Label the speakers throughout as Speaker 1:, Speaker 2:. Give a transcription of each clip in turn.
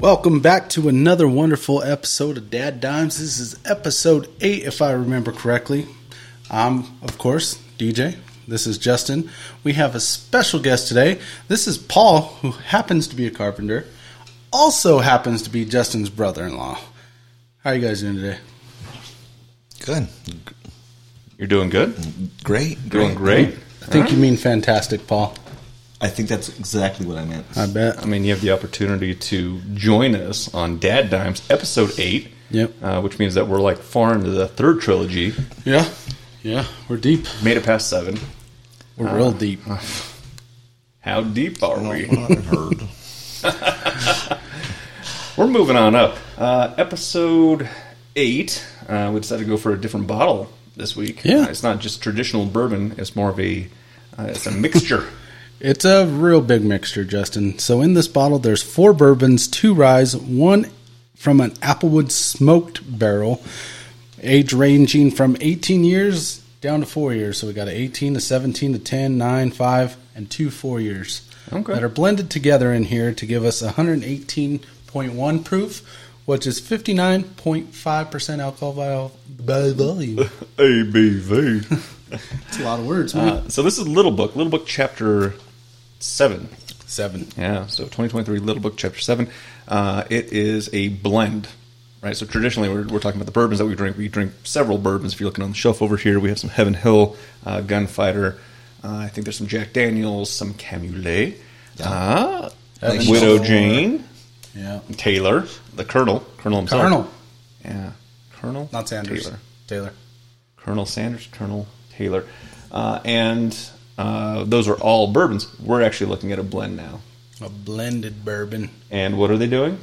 Speaker 1: Welcome back to another wonderful episode of Dad Dimes. This is episode 8, if I remember correctly. I'm, of course, DJ. This is Justin. We have a special guest today. This is Paul, who happens to be a carpenter, also happens to be Justin's brother in law. How are you guys doing today?
Speaker 2: Good.
Speaker 3: You're doing good.
Speaker 2: Great.
Speaker 3: Doing great.
Speaker 1: I think you mean fantastic, Paul.
Speaker 2: I think that's exactly what I meant.
Speaker 1: I bet.
Speaker 3: I mean, you have the opportunity to join us on Dad Dimes, episode eight.
Speaker 1: Yep.
Speaker 3: Uh, which means that we're like far into the third trilogy.
Speaker 1: Yeah. Yeah. We're deep.
Speaker 3: Made it past seven.
Speaker 1: We're real deep.
Speaker 3: How deep are we?
Speaker 2: I've heard.
Speaker 3: We're moving on up. Uh, episode eight. Uh, we decided to go for a different bottle this week.
Speaker 1: Yeah.
Speaker 3: Uh, it's not just traditional bourbon. It's more of a uh, it's a mixture.
Speaker 1: It's a real big mixture, Justin. So in this bottle, there's four bourbons, two ryes, one from an applewood smoked barrel, age ranging from 18 years down to four years. So we got an 18 to 17 to 10, 9, 5, and two four years
Speaker 3: Okay.
Speaker 1: that are blended together in here to give us 118.1 proof, which is 59.5% alcohol vol- by volume.
Speaker 3: ABV.
Speaker 1: It's a lot of words, man.
Speaker 3: Uh, so this is Little Book. Little Book chapter seven.
Speaker 1: Seven.
Speaker 3: Yeah, so 2023 Little Book Chapter 7. Uh, it is a blend, right? So traditionally, we're, we're talking about the bourbons that we drink. We drink several bourbons. If you're looking on the shelf over here, we have some Heaven Hill uh, Gunfighter. Uh, I think there's some Jack Daniels, some Camulet, uh,
Speaker 1: Heaven
Speaker 3: Widow
Speaker 1: Hill.
Speaker 3: Jane,
Speaker 1: Yeah.
Speaker 3: Taylor, the Colonel, Colonel himself.
Speaker 1: Colonel,
Speaker 3: Yeah, Colonel.
Speaker 1: not Sanders.
Speaker 3: Taylor.
Speaker 1: Taylor.
Speaker 3: Colonel Sanders, Colonel Taylor. Uh, and uh, those are all bourbons. We're actually looking at a blend now.
Speaker 1: A blended bourbon.
Speaker 3: And what are they doing?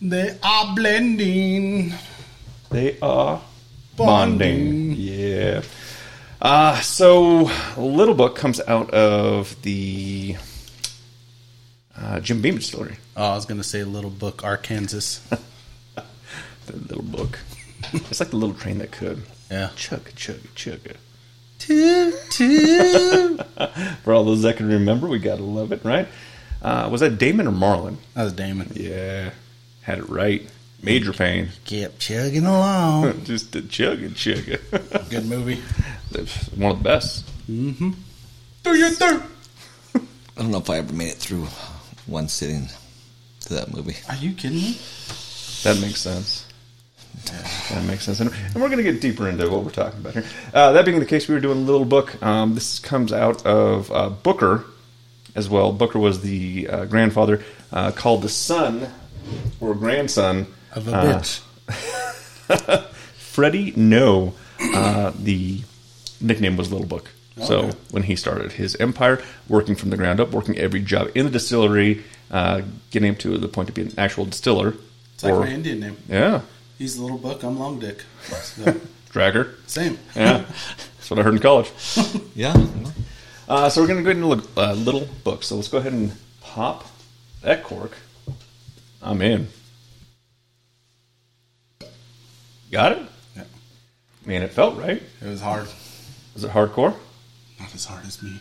Speaker 1: They are blending.
Speaker 3: They are
Speaker 1: Bonding.
Speaker 3: bonding. Yeah. Uh, so Little Book comes out of the uh, Jim Beam distillery.
Speaker 1: Oh, I was gonna say Little Book, Arkansas.
Speaker 3: The Little Book. it's like the little train that could.
Speaker 1: Yeah.
Speaker 3: Chugga, chugga, chugga.
Speaker 1: toot toot.
Speaker 3: For all those that can remember, we gotta love it, right? Uh, was that Damon or Marlin?
Speaker 1: That was Damon.
Speaker 3: Yeah. Had it right. Major pain.
Speaker 1: Kept chugging along.
Speaker 3: Just a chugga, chugga.
Speaker 1: Good movie.
Speaker 3: One of the best.
Speaker 1: Do your thing.
Speaker 2: I don't know if I ever made it through one sitting to that movie.
Speaker 1: Are you kidding me?
Speaker 3: That makes sense. That makes sense. And and we're going to get deeper into what we're talking about here. Uh, that being the case, we were doing a little book. Um, this comes out of uh, Booker as well. Booker was the uh, grandfather, uh, called the son or grandson
Speaker 1: Of a
Speaker 3: uh,
Speaker 1: bitch.
Speaker 3: Freddie No. Uh, the nickname was Little Book. So when he started his empire, working from the ground up, working every job in the distillery, uh, getting up to the point to be an actual distiller.
Speaker 1: It's like
Speaker 3: or-
Speaker 1: my Indian name.
Speaker 3: yeah,
Speaker 1: He's Little Book. I'm Long Dick. So,
Speaker 3: dragger.
Speaker 1: same.
Speaker 3: Yeah, that's what I heard in college.
Speaker 2: Yeah.
Speaker 3: Uh, so we're going to go ahead and look uh, little book. So let's go ahead and pop that cork. I'm in. Got it.
Speaker 1: Yeah.
Speaker 3: Man, it felt right.
Speaker 1: It was hard.
Speaker 3: Is it hardcore?
Speaker 1: Not as hard as me.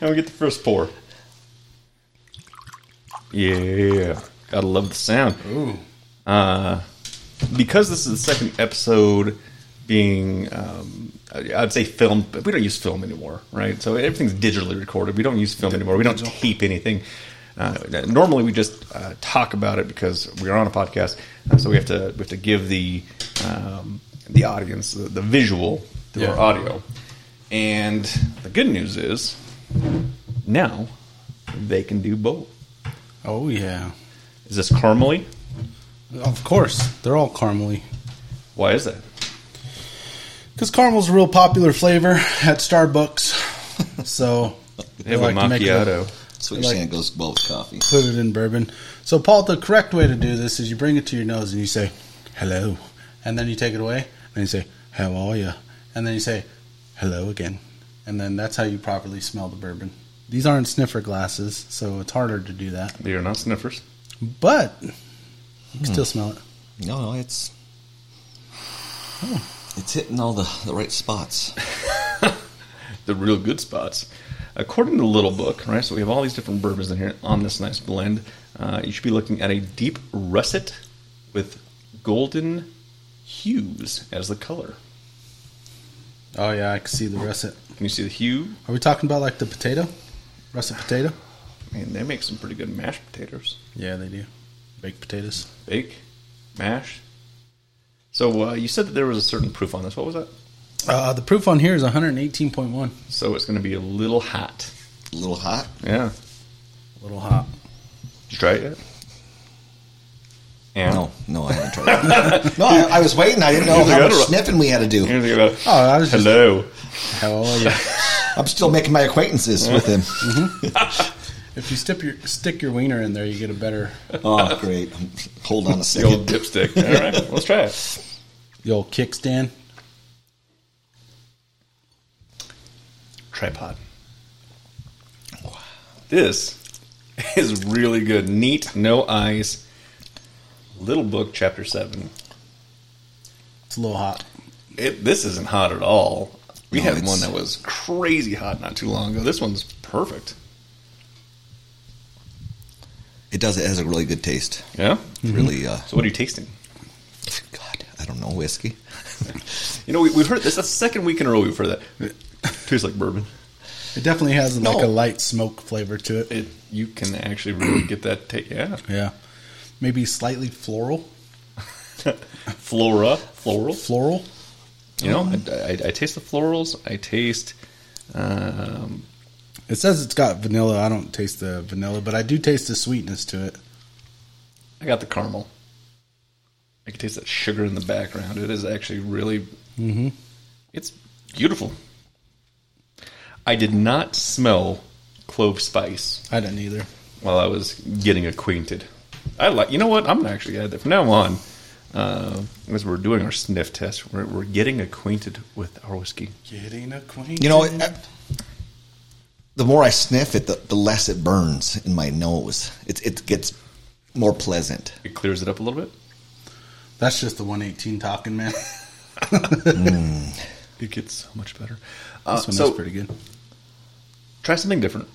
Speaker 3: And we get the first pour. Yeah, gotta love the sound.
Speaker 1: Ooh.
Speaker 3: Uh, because this is the second episode being um, I- i'd say film but we don't use film anymore right so everything's digitally recorded we don't use film anymore we don't tape anything uh, normally we just uh, talk about it because we're on a podcast uh, so we have to we have to give the um, the audience the, the visual through our
Speaker 1: Yeah.
Speaker 3: audio and the good news is now they can do both
Speaker 1: Oh yeah.
Speaker 3: is this caramely
Speaker 1: Of course. They're all caramely.
Speaker 3: why is that
Speaker 1: Because caramel's a real popular flavor at Starbucks. so
Speaker 3: they have a macchiato
Speaker 2: That's what you're
Speaker 1: Like-
Speaker 2: saying. It goes well with coffee.
Speaker 1: put it in bourbon. So, Paul, the correct way to do this is you bring it to your nose and you say, hello. And then you take it away and you say, how are you? And then you say, hello again. And then that's how you properly smell the bourbon. These aren't sniffer glasses, so it's harder to do that.
Speaker 3: they are not sniffers
Speaker 1: But you can still smell it.
Speaker 2: No, no, it's it's hitting all the, the right spots.
Speaker 3: the real good spots. According to the Little Book, right? So we have all these different bourbons in here on this nice blend. Uh, you should be looking at a deep russet with golden hues as the color.
Speaker 1: Oh yeah, I can see the russet.
Speaker 3: Can you see the hue?
Speaker 1: Are we talking about like the potato, russet potato?
Speaker 3: Man, they make some pretty good mashed potatoes.
Speaker 1: Yeah, they do. Baked potatoes.
Speaker 3: Bake, mash. So uh, you said that there was a certain proof on this. What was that?
Speaker 1: Uh, the proof on here is 118.1.
Speaker 3: So it's going to be a little hot.
Speaker 2: A little hot.
Speaker 3: Yeah.
Speaker 1: A little hot.
Speaker 3: Did you try it yet? Yeah.
Speaker 2: No, no, I haven't tried that. no, I, I was waiting. I didn't know how much sniffing we had to
Speaker 3: You
Speaker 2: do.
Speaker 3: didn't think about it.
Speaker 1: Oh, I was just-
Speaker 3: Hello.
Speaker 1: How are you?
Speaker 2: I'm still making my acquaintances with him.
Speaker 1: if you stick your stick your wiener in there, you get a better
Speaker 2: Oh, great. Hold on a
Speaker 3: The old
Speaker 2: second.
Speaker 3: dipstick. All right, let's try it.
Speaker 1: the old kickstand.
Speaker 3: Tripod. This is really good. Neat, no eyes. Little Book, Chapter 7.
Speaker 1: It's a little hot.
Speaker 3: It, this isn't hot at all. We
Speaker 2: No,
Speaker 3: had
Speaker 2: it's-
Speaker 3: one that was crazy hot not too long ago. This one's perfect.
Speaker 2: It does. It has a really good taste.
Speaker 3: Yeah?
Speaker 2: It's Really, uh,
Speaker 3: So, what are you tasting?
Speaker 2: God, I don't know whiskey.
Speaker 3: You know, we, we've heard this the second week in a row we've heard that. Tastes like bourbon.
Speaker 1: It definitely has like
Speaker 2: No.
Speaker 1: a light smoke flavor to it.
Speaker 3: It, you can actually really get that taste. Yeah.
Speaker 1: Yeah, maybe slightly floral.
Speaker 3: Flora. Floral.
Speaker 1: Floral.
Speaker 3: You know, I, I, I taste the florals. I taste. Um,
Speaker 1: It says it's got vanilla. I don't taste the vanilla, but I do taste the sweetness to it.
Speaker 3: I got the caramel. I can taste that sugar in the background. It is actually really.
Speaker 1: Mm-hmm.
Speaker 3: It's beautiful. I did not smell clove spice
Speaker 1: I didn't either.
Speaker 3: while I was getting acquainted. I like. You know what? I'm gonna actually add that from now on. Uh, as we're doing our sniff test, we're, we're getting acquainted with our whiskey.
Speaker 1: Getting acquainted.
Speaker 2: You know, it, the more I sniff it, the, the less it burns in my nose. It, it gets more pleasant.
Speaker 3: It clears it up a little bit.
Speaker 1: that's just the 118 talking, man.
Speaker 3: It gets so much better. Uh,
Speaker 1: This one
Speaker 3: so-
Speaker 1: is pretty good.
Speaker 3: try something different.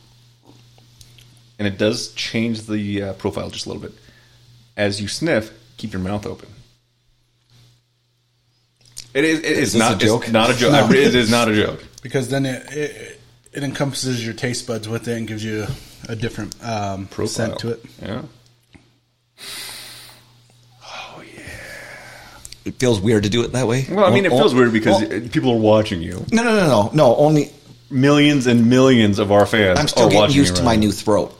Speaker 3: And it does change the uh, profile just a little bit. As you sniff, keep your mouth open. It is. It
Speaker 2: this
Speaker 3: is,
Speaker 2: a
Speaker 3: not a joke.
Speaker 2: joke?
Speaker 3: It's not a joke. I- It is not a joke.
Speaker 1: because then it, it it encompasses your taste buds with it and gives you a, a different um,
Speaker 3: Profile
Speaker 1: scent to it.
Speaker 3: Yeah.
Speaker 2: It feels weird to do it that way.
Speaker 3: Well, I mean, it
Speaker 2: Oh,
Speaker 3: feels
Speaker 2: oh,
Speaker 3: weird because
Speaker 2: oh.
Speaker 3: it- people are watching you.
Speaker 2: no, no, no, no, no. Only
Speaker 3: Millions and millions of our fans.
Speaker 2: I'm still
Speaker 3: are
Speaker 2: getting
Speaker 3: Oh, watching
Speaker 2: used
Speaker 3: you
Speaker 2: to
Speaker 3: right
Speaker 2: my
Speaker 3: now.
Speaker 2: new throat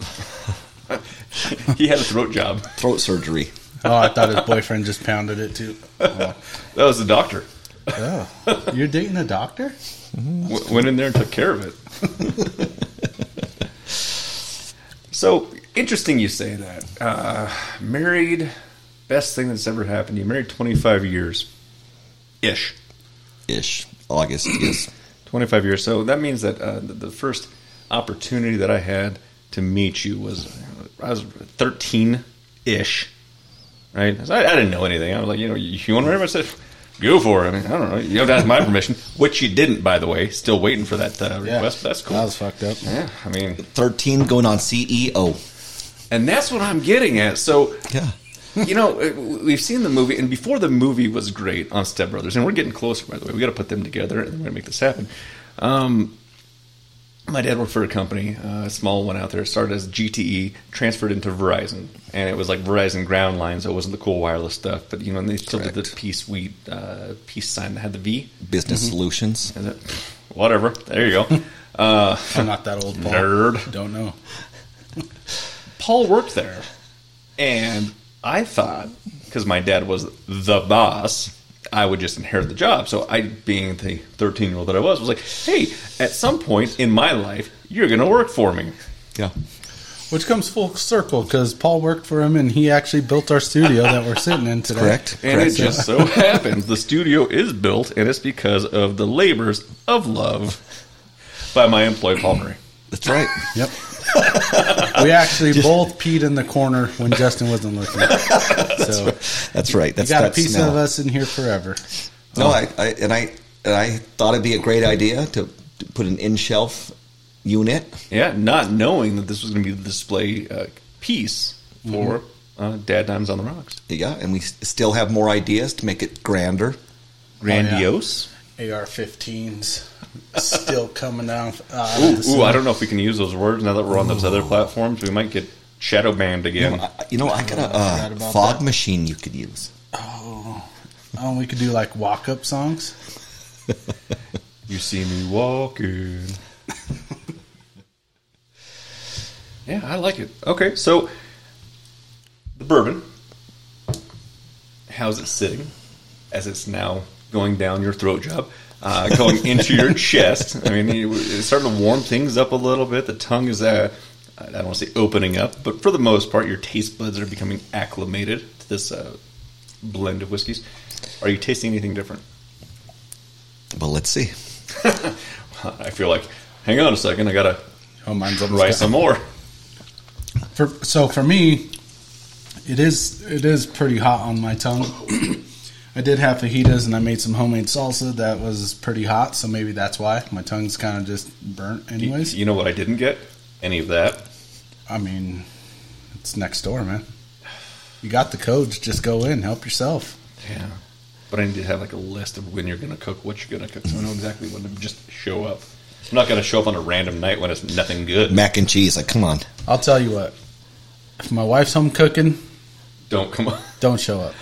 Speaker 3: he had a throat job.
Speaker 2: throat surgery.
Speaker 1: Oh, I thought his boyfriend just pounded it too. Oh,
Speaker 3: That was the doctor.
Speaker 1: Oh. you're dating a doctor?
Speaker 3: w- went in there and took care of it. so interesting, you say that. Uh, married, best thing that's ever happened. to You married twenty five years, ish.
Speaker 2: Ish. August. Yes.
Speaker 3: 25 years. So that means that uh, the, the first opportunity that I had to meet you was I was 13 ish, right? So I, I didn't know anything. I was like, you know, you, you want to marry me? I said, go for it. I, mean, I don't know. You have to ask my permission, which you didn't, by the way. Still waiting for that uh, request. That's cool.
Speaker 1: That was fucked up.
Speaker 3: yeah, I mean,
Speaker 2: Thirteen going on E CEO.
Speaker 3: and that's what I'm getting at. So
Speaker 2: Yeah.
Speaker 3: you know, it- we've seen the movie, and before the movie was great on Step Brothers, and we're getting closer, by the way. we got to put them together, and we're going to make this happen. Um, my dad worked for a company, uh, a small one out there. It started as GTE, transferred into Verizon, and it was like Verizon ground line, so it wasn't the cool wireless stuff. But, you know, and they still did the peace, we, uh, peace sign that had the V.
Speaker 2: Business
Speaker 3: Mm-hmm.
Speaker 2: solutions.
Speaker 3: Is it? Whatever. There you go. uh,
Speaker 1: I'm not that old, Paul.
Speaker 3: nerd.
Speaker 1: Don't know.
Speaker 3: Paul worked there, and I thought because my dad was the boss, I would just inherit the job. So I, being the thirteen-year-old that I was, was like, "Hey, at some point in my life, you're going to work for me."
Speaker 2: Yeah.
Speaker 1: Which comes full circle because Paul worked for him and he actually built our studio that we're sitting in today.
Speaker 2: Correct.
Speaker 3: And
Speaker 2: Correct.
Speaker 3: it just so happens the studio is built, and it's because of the labors of love by my employee Paul Murray.
Speaker 2: That's right.
Speaker 1: Yep. we actually both peed in the corner when Justin wasn't looking. So
Speaker 2: That's right.
Speaker 1: you
Speaker 2: That's
Speaker 1: got a
Speaker 2: that
Speaker 1: piece
Speaker 2: smell.
Speaker 1: of us in here forever.
Speaker 2: No, I, I and I and I thought it'd be a great idea to to put an in shelf unit.
Speaker 3: Yeah, not knowing that this was going to be the display uh, piece for
Speaker 2: Mm-hmm.
Speaker 3: uh, Dad Dimes on the Rocks.
Speaker 2: Yeah, and we s- still have more ideas to make it grander.
Speaker 3: Grandiose.
Speaker 1: AR-15s still coming out. Uh,
Speaker 3: Ooh, ooh, I don't know if we can use those words now that we're on those other platforms. We might get shadow banned again.
Speaker 2: I- I- You know, I got a
Speaker 1: forgot
Speaker 2: uh,
Speaker 1: about
Speaker 2: fog
Speaker 1: that.
Speaker 2: machine you could use.
Speaker 1: Oh, we could do like walk-up songs.
Speaker 3: You see me walking. yeah, I like it. Okay, so the bourbon. How's it sitting as it's now going down your throat job, uh, going into your chest? I mean, you- it's starting to warm things up a little bit. The tongue is, uh, I don't want to say opening up, but for the most part, your taste buds are becoming acclimated to this uh, blend of whiskeys. Are you tasting anything different?
Speaker 2: Well, let's see.
Speaker 3: I feel like, hang on a second, I gotta
Speaker 1: Oh, mine's almost
Speaker 3: try
Speaker 1: done.
Speaker 3: some more.
Speaker 1: For, so for me, it is it is pretty hot on my tongue. I did have fajitas and I made some homemade salsa that was pretty hot, so maybe that's why my tongue's kind of just burnt.
Speaker 3: You,
Speaker 1: Anyways,
Speaker 3: you know what I didn't get? Any of that.
Speaker 1: I mean, it's next door, man. You got the codes. Just go in, help yourself.
Speaker 3: Yeah. But I need to have like a list of when you're gonna cook, what you're gonna cook, so I know exactly when to just show up. I'm not gonna show up on a random night when it's nothing good.
Speaker 2: Mac and cheese, like, come on.
Speaker 1: I'll tell you what. If my wife's home cooking,
Speaker 3: Don't come on.
Speaker 1: don't show up.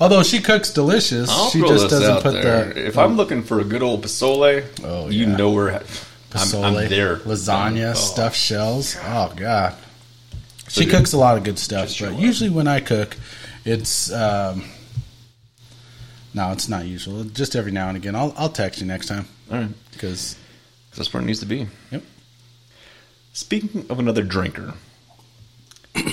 Speaker 1: Although she cooks delicious,
Speaker 3: I'll
Speaker 1: she
Speaker 3: throw
Speaker 1: just
Speaker 3: this
Speaker 1: doesn't
Speaker 3: out
Speaker 1: put
Speaker 3: there.
Speaker 1: the um,
Speaker 3: if I'm looking for a good old pasole,
Speaker 1: Oh,
Speaker 3: you
Speaker 1: yeah.
Speaker 3: know where I'm, I'm
Speaker 1: Pozole,
Speaker 3: there.
Speaker 1: lasagna,
Speaker 3: Oh.
Speaker 1: stuffed shells. Oh god,
Speaker 3: So
Speaker 1: she
Speaker 3: do-
Speaker 1: cooks a lot of good stuff.
Speaker 3: Just show
Speaker 1: But
Speaker 3: up.
Speaker 1: usually when I cook, it's um, no, it's not usual. Just every now and again, I'll I'll text you next time
Speaker 3: All right,
Speaker 1: because
Speaker 3: that's where it needs to be.
Speaker 1: yep,
Speaker 3: Speaking of another drinker,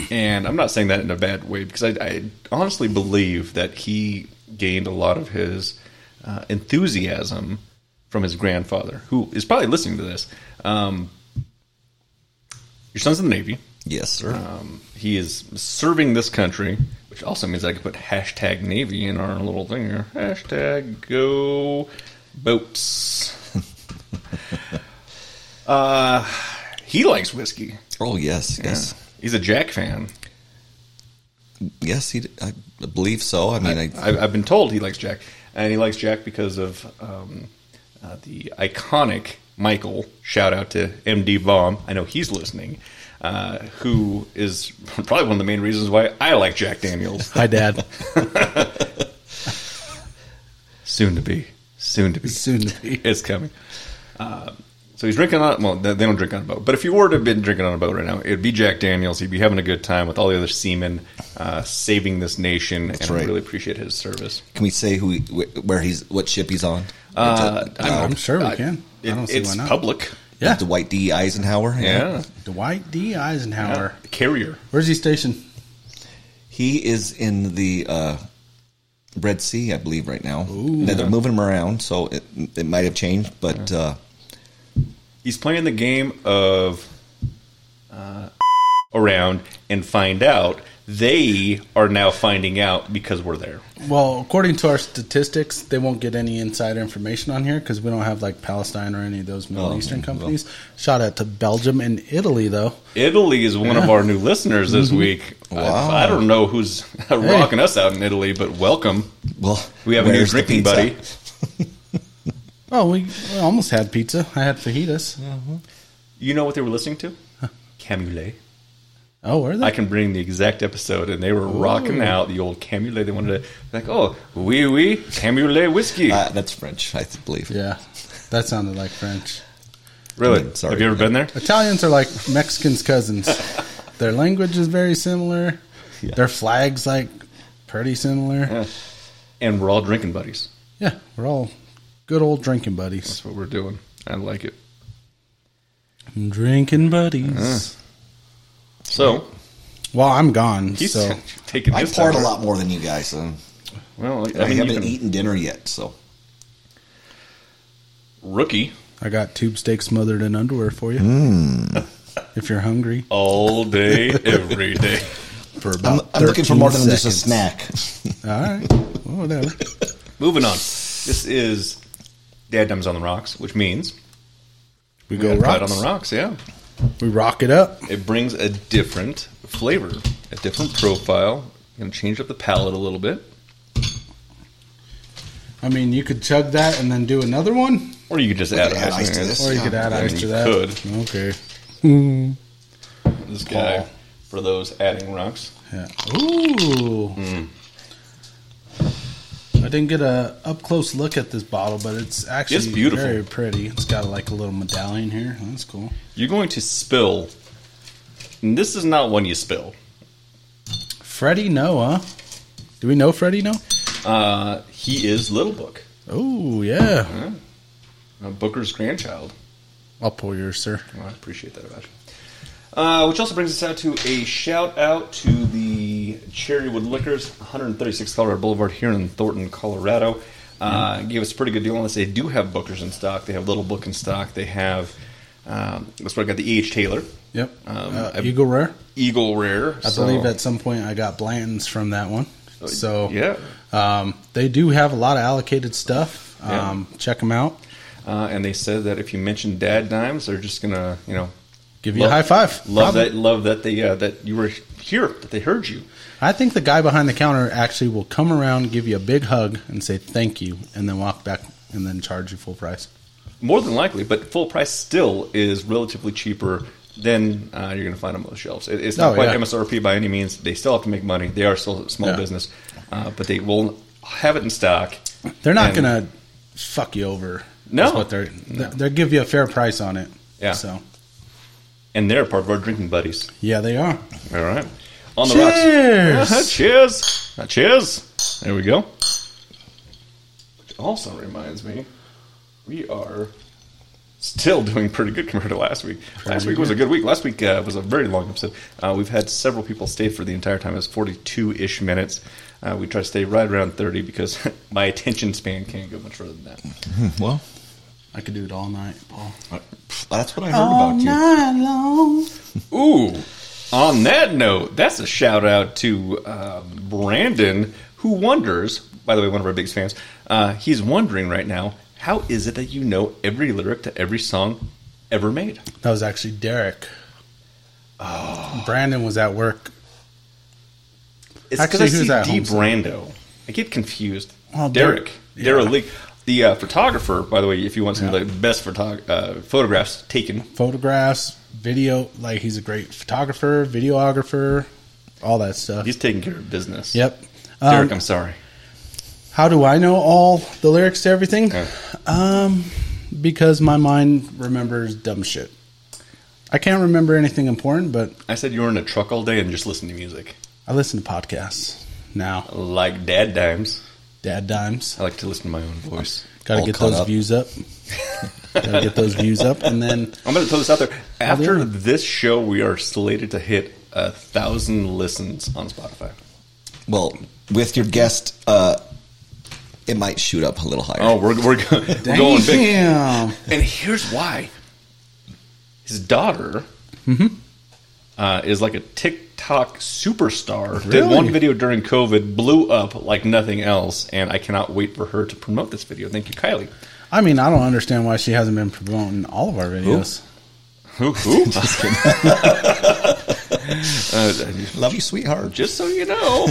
Speaker 3: and I'm not saying that in a bad way because I, I honestly believe that he gained a lot of his uh, enthusiasm from his grandfather, who is probably listening to this. Um, your son's in the Navy.
Speaker 2: Yes, sir.
Speaker 3: Um, he is serving this country, which also means I could put hashtag Navy in our little thing here. Hashtag go boats. uh, he likes whiskey.
Speaker 2: oh, yes, yes.
Speaker 3: He's a Jack fan.
Speaker 2: Yes, he, d- I believe so. I mean, I,
Speaker 3: I've, I've been told he likes Jack, and he likes Jack because of um, uh, the iconic Michael. Shout out to MD Vom. I know he's listening. Uh, who is probably one of the main reasons why I like Jack Daniels.
Speaker 1: hi dad,
Speaker 3: Soon to be. Soon to be.
Speaker 1: soon to be.
Speaker 3: It's coming. Uh, so he's drinking on. Well, they they don't drink on a boat. But if you were to have been drinking on a boat right now, it'd be Jack Daniels. He'd be having a good time with all the other seamen, uh, saving this nation. and I
Speaker 2: right.
Speaker 3: really appreciate his service.
Speaker 2: can we say who, he, wh- where he's, what ship he's on?
Speaker 3: Uh,
Speaker 1: I'm sure we
Speaker 3: I-
Speaker 1: can. I
Speaker 3: it-
Speaker 1: don't see
Speaker 3: it's
Speaker 1: why not.
Speaker 3: public.
Speaker 1: Yeah.
Speaker 2: the Dwight D. Eisenhower.
Speaker 3: Yeah.
Speaker 1: Dwight D. Eisenhower,
Speaker 3: The carrier.
Speaker 1: where's he stationed?
Speaker 2: He is in the uh, Red Sea, I believe, right now. Now, they're moving him around, so it, it might have changed, but uh,
Speaker 3: He's playing the game of uh, around and find out. They are now finding out because we're there.
Speaker 1: Well, according to our statistics, they won't get any insider information on here because we don't have like Palestine or any of those Middle
Speaker 2: Oh,
Speaker 1: Eastern
Speaker 2: well.
Speaker 1: companies. Shout out to Belgium and Italy, though.
Speaker 3: Italy is one of our new listeners this week.
Speaker 2: Mm-hmm. Wow.
Speaker 3: I, I don't know who's rocking us out in Italy, but welcome.
Speaker 2: well,
Speaker 3: We have a new
Speaker 2: where's the
Speaker 3: drinking
Speaker 2: pizza?
Speaker 3: buddy.
Speaker 1: Oh, we, we almost had pizza. I had fajitas.
Speaker 3: You know what they were listening to? Camulet.
Speaker 1: Oh, were they?
Speaker 3: I can bring the exact episode, and they were rocking out the old Camulet. They wanted to, like, oh, oui, oui, Camulet whiskey.
Speaker 2: Uh, that's French, I th- believe.
Speaker 1: yeah, that sounded like French.
Speaker 3: really?
Speaker 2: sorry.
Speaker 3: Have you ever been there?
Speaker 1: Italians are like Mexicans' cousins. Their language is very similar.
Speaker 2: Yeah.
Speaker 1: Their flags like pretty similar.
Speaker 3: Yeah. And we're all drinking buddies.
Speaker 1: Yeah, we're all good old drinking buddies.
Speaker 3: That's what we're doing. I like it.
Speaker 1: Drinking buddies.
Speaker 3: So
Speaker 1: Well, I'm gone,
Speaker 3: he's
Speaker 1: so
Speaker 3: taking.
Speaker 2: I
Speaker 3: his
Speaker 2: poured a
Speaker 3: time.
Speaker 2: lot more than you guys. So
Speaker 3: Well,
Speaker 2: I,
Speaker 3: I, mean,
Speaker 2: haven't
Speaker 3: you've been
Speaker 2: eaten dinner yet, so
Speaker 3: rookie
Speaker 1: I got tube steak smothered in underwear for you.
Speaker 2: Hmm.
Speaker 1: If you're hungry,
Speaker 3: all day, every day.
Speaker 1: for
Speaker 2: I'm,
Speaker 1: about
Speaker 2: I'm looking for
Speaker 1: 13
Speaker 2: more than just a
Speaker 1: seconds.
Speaker 2: snack.
Speaker 1: All right, well, whatever.
Speaker 3: Moving on. This is Dad Dumbs on the Rocks, which means
Speaker 1: We go
Speaker 3: Yeah, Pride on
Speaker 1: rocks.
Speaker 3: the rocks, yeah.
Speaker 1: We rock it up.
Speaker 3: It brings a different flavor, a different profile. Gonna change up the palate a little bit.
Speaker 1: I mean, you could chug that and then do another one,
Speaker 3: Or you could just
Speaker 2: We
Speaker 3: add
Speaker 2: could
Speaker 3: ice,
Speaker 2: add ice to
Speaker 3: in.
Speaker 2: this.
Speaker 1: or you could add
Speaker 3: I mean,
Speaker 1: ice to
Speaker 3: you
Speaker 1: that.
Speaker 3: could.
Speaker 1: Okay.
Speaker 3: This guy for those adding rocks.
Speaker 1: Yeah. Ooh.
Speaker 3: Hmm.
Speaker 1: I didn't get a up close look at this bottle, but it's actually
Speaker 3: It's beautiful.
Speaker 1: very pretty. It's got like a little medallion here. Oh, That's cool.
Speaker 3: You're going to spill. And this is not one you spill.
Speaker 1: Freddie Noah. Do we know Freddie Noah?
Speaker 3: Uh, he is Little Book,
Speaker 1: Oh yeah.
Speaker 3: uh, Booker's grandchild.
Speaker 1: I'll pour yours, sir.
Speaker 3: Well, I appreciate that about you. Uh, which also brings us out to a shout out to the Cherrywood Liquors, 136 Colorado Boulevard here in Thornton, Colorado. Uh,
Speaker 1: Mm-hmm.
Speaker 3: Gave us a pretty good deal on this. They do have Booker's in stock. They have Little Book in stock. They have um, that's where I got the E.H. Taylor
Speaker 1: Yep.
Speaker 3: Um,
Speaker 1: uh,
Speaker 3: I-
Speaker 1: Eagle Rare.
Speaker 3: Eagle Rare.
Speaker 1: I believe at some point I got Blanton's from that one. So
Speaker 3: Oh, uh, yeah,
Speaker 1: um, they do have a lot of allocated stuff.
Speaker 3: Yeah.
Speaker 1: Um, Check them out.
Speaker 3: uh, and they said that if you mention Dad Dimes, they're just gonna you know
Speaker 1: Give you
Speaker 3: Love-
Speaker 1: a high five.
Speaker 3: love
Speaker 1: Probably.
Speaker 3: that love that they uh, that you were here that they heard you.
Speaker 1: I think the guy behind the counter actually will come around, give you a big hug, and say thank you, and then walk back and then charge you full price.
Speaker 3: More than likely, but full price still is relatively cheaper than uh, you're going to find on most shelves. It, it's not
Speaker 1: Oh,
Speaker 3: quite
Speaker 1: yeah.
Speaker 3: MSRP by any means. They still have to make money. They are still a small
Speaker 1: Yeah.
Speaker 3: business, uh, but they will have it in stock.
Speaker 1: They're not
Speaker 3: And-
Speaker 1: gonna fuck you over.
Speaker 3: No.
Speaker 1: That's what they're
Speaker 3: No.
Speaker 1: they'll give you a fair price on it.
Speaker 3: Yeah.
Speaker 1: So
Speaker 3: And they're part of our drinking buddies.
Speaker 1: yeah, they are.
Speaker 3: All right. On the
Speaker 1: Cheers!
Speaker 3: rocks. Uh-huh, cheers. Uh, cheers. There we go. Which also reminds me, we are still doing pretty good compared to last week. last week was a good week. Last week uh, was a very long episode. Uh, we've had several people stay for the entire time. It was 42 ish minutes. Uh, we try to stay right around 30 because my attention span can't go much further than that.
Speaker 2: Well,
Speaker 1: I could do it all night, Paul.
Speaker 2: uh, that's what I heard
Speaker 1: Oh,
Speaker 2: about you.
Speaker 1: long.
Speaker 3: Ooh. On that note, that's a shout out to um, Brandon, who wonders, by the way, one of our biggest fans, uh, he's wondering right now, how is it that you know every lyric to every song ever made?
Speaker 1: That was actually Derek. Oh. Brandon was at work.
Speaker 3: It's because
Speaker 1: Actually,
Speaker 3: I
Speaker 1: who's
Speaker 3: see
Speaker 1: that
Speaker 3: D.
Speaker 1: home song?
Speaker 3: Brando. I get confused.
Speaker 1: Oh,
Speaker 3: Derek.
Speaker 1: Derek.
Speaker 3: Derek
Speaker 1: Yeah.
Speaker 3: Lee. The uh, photographer, by the way, if you want some of the best photog- uh, photographs taken,
Speaker 1: Photographs, video. Like he's a great photographer, videographer, all that stuff.
Speaker 3: he's taking care of business.
Speaker 1: Yep. Um,
Speaker 3: Derek, I'm sorry.
Speaker 1: How do I know all the lyrics to everything?
Speaker 3: Yeah.
Speaker 1: Um, because my mind remembers dumb shit. I can't remember anything important, but
Speaker 3: I said you were in a truck all day and just listened to music.
Speaker 1: I listen to podcasts now.
Speaker 3: Like Dad Dimes.
Speaker 1: Dad dimes.
Speaker 3: I like to listen to my own voice.
Speaker 1: Got to
Speaker 2: All
Speaker 1: get
Speaker 2: caught
Speaker 1: those
Speaker 2: up.
Speaker 1: views up. Got to get those views up, and then
Speaker 3: I'm going to throw this out there. After
Speaker 1: yeah.
Speaker 3: this show, we are slated to hit a thousand listens on Spotify.
Speaker 2: Well, with your guest, uh, it might shoot up a little higher.
Speaker 3: Oh, we're, we're, go- we're going big.
Speaker 1: damn.
Speaker 3: And here's why his daughter Mm-hmm. uh, is like a TikTok superstar. Did
Speaker 1: Really?
Speaker 3: one video during COVID, blew up like nothing else. And I cannot wait for her to promote this video. Thank you, Kylie.
Speaker 1: I mean, I don't understand why she hasn't been promoting all of our videos.
Speaker 3: Who? who?
Speaker 2: Just kidding.
Speaker 3: Uh,
Speaker 2: Love you, sweetheart.
Speaker 3: just so you know,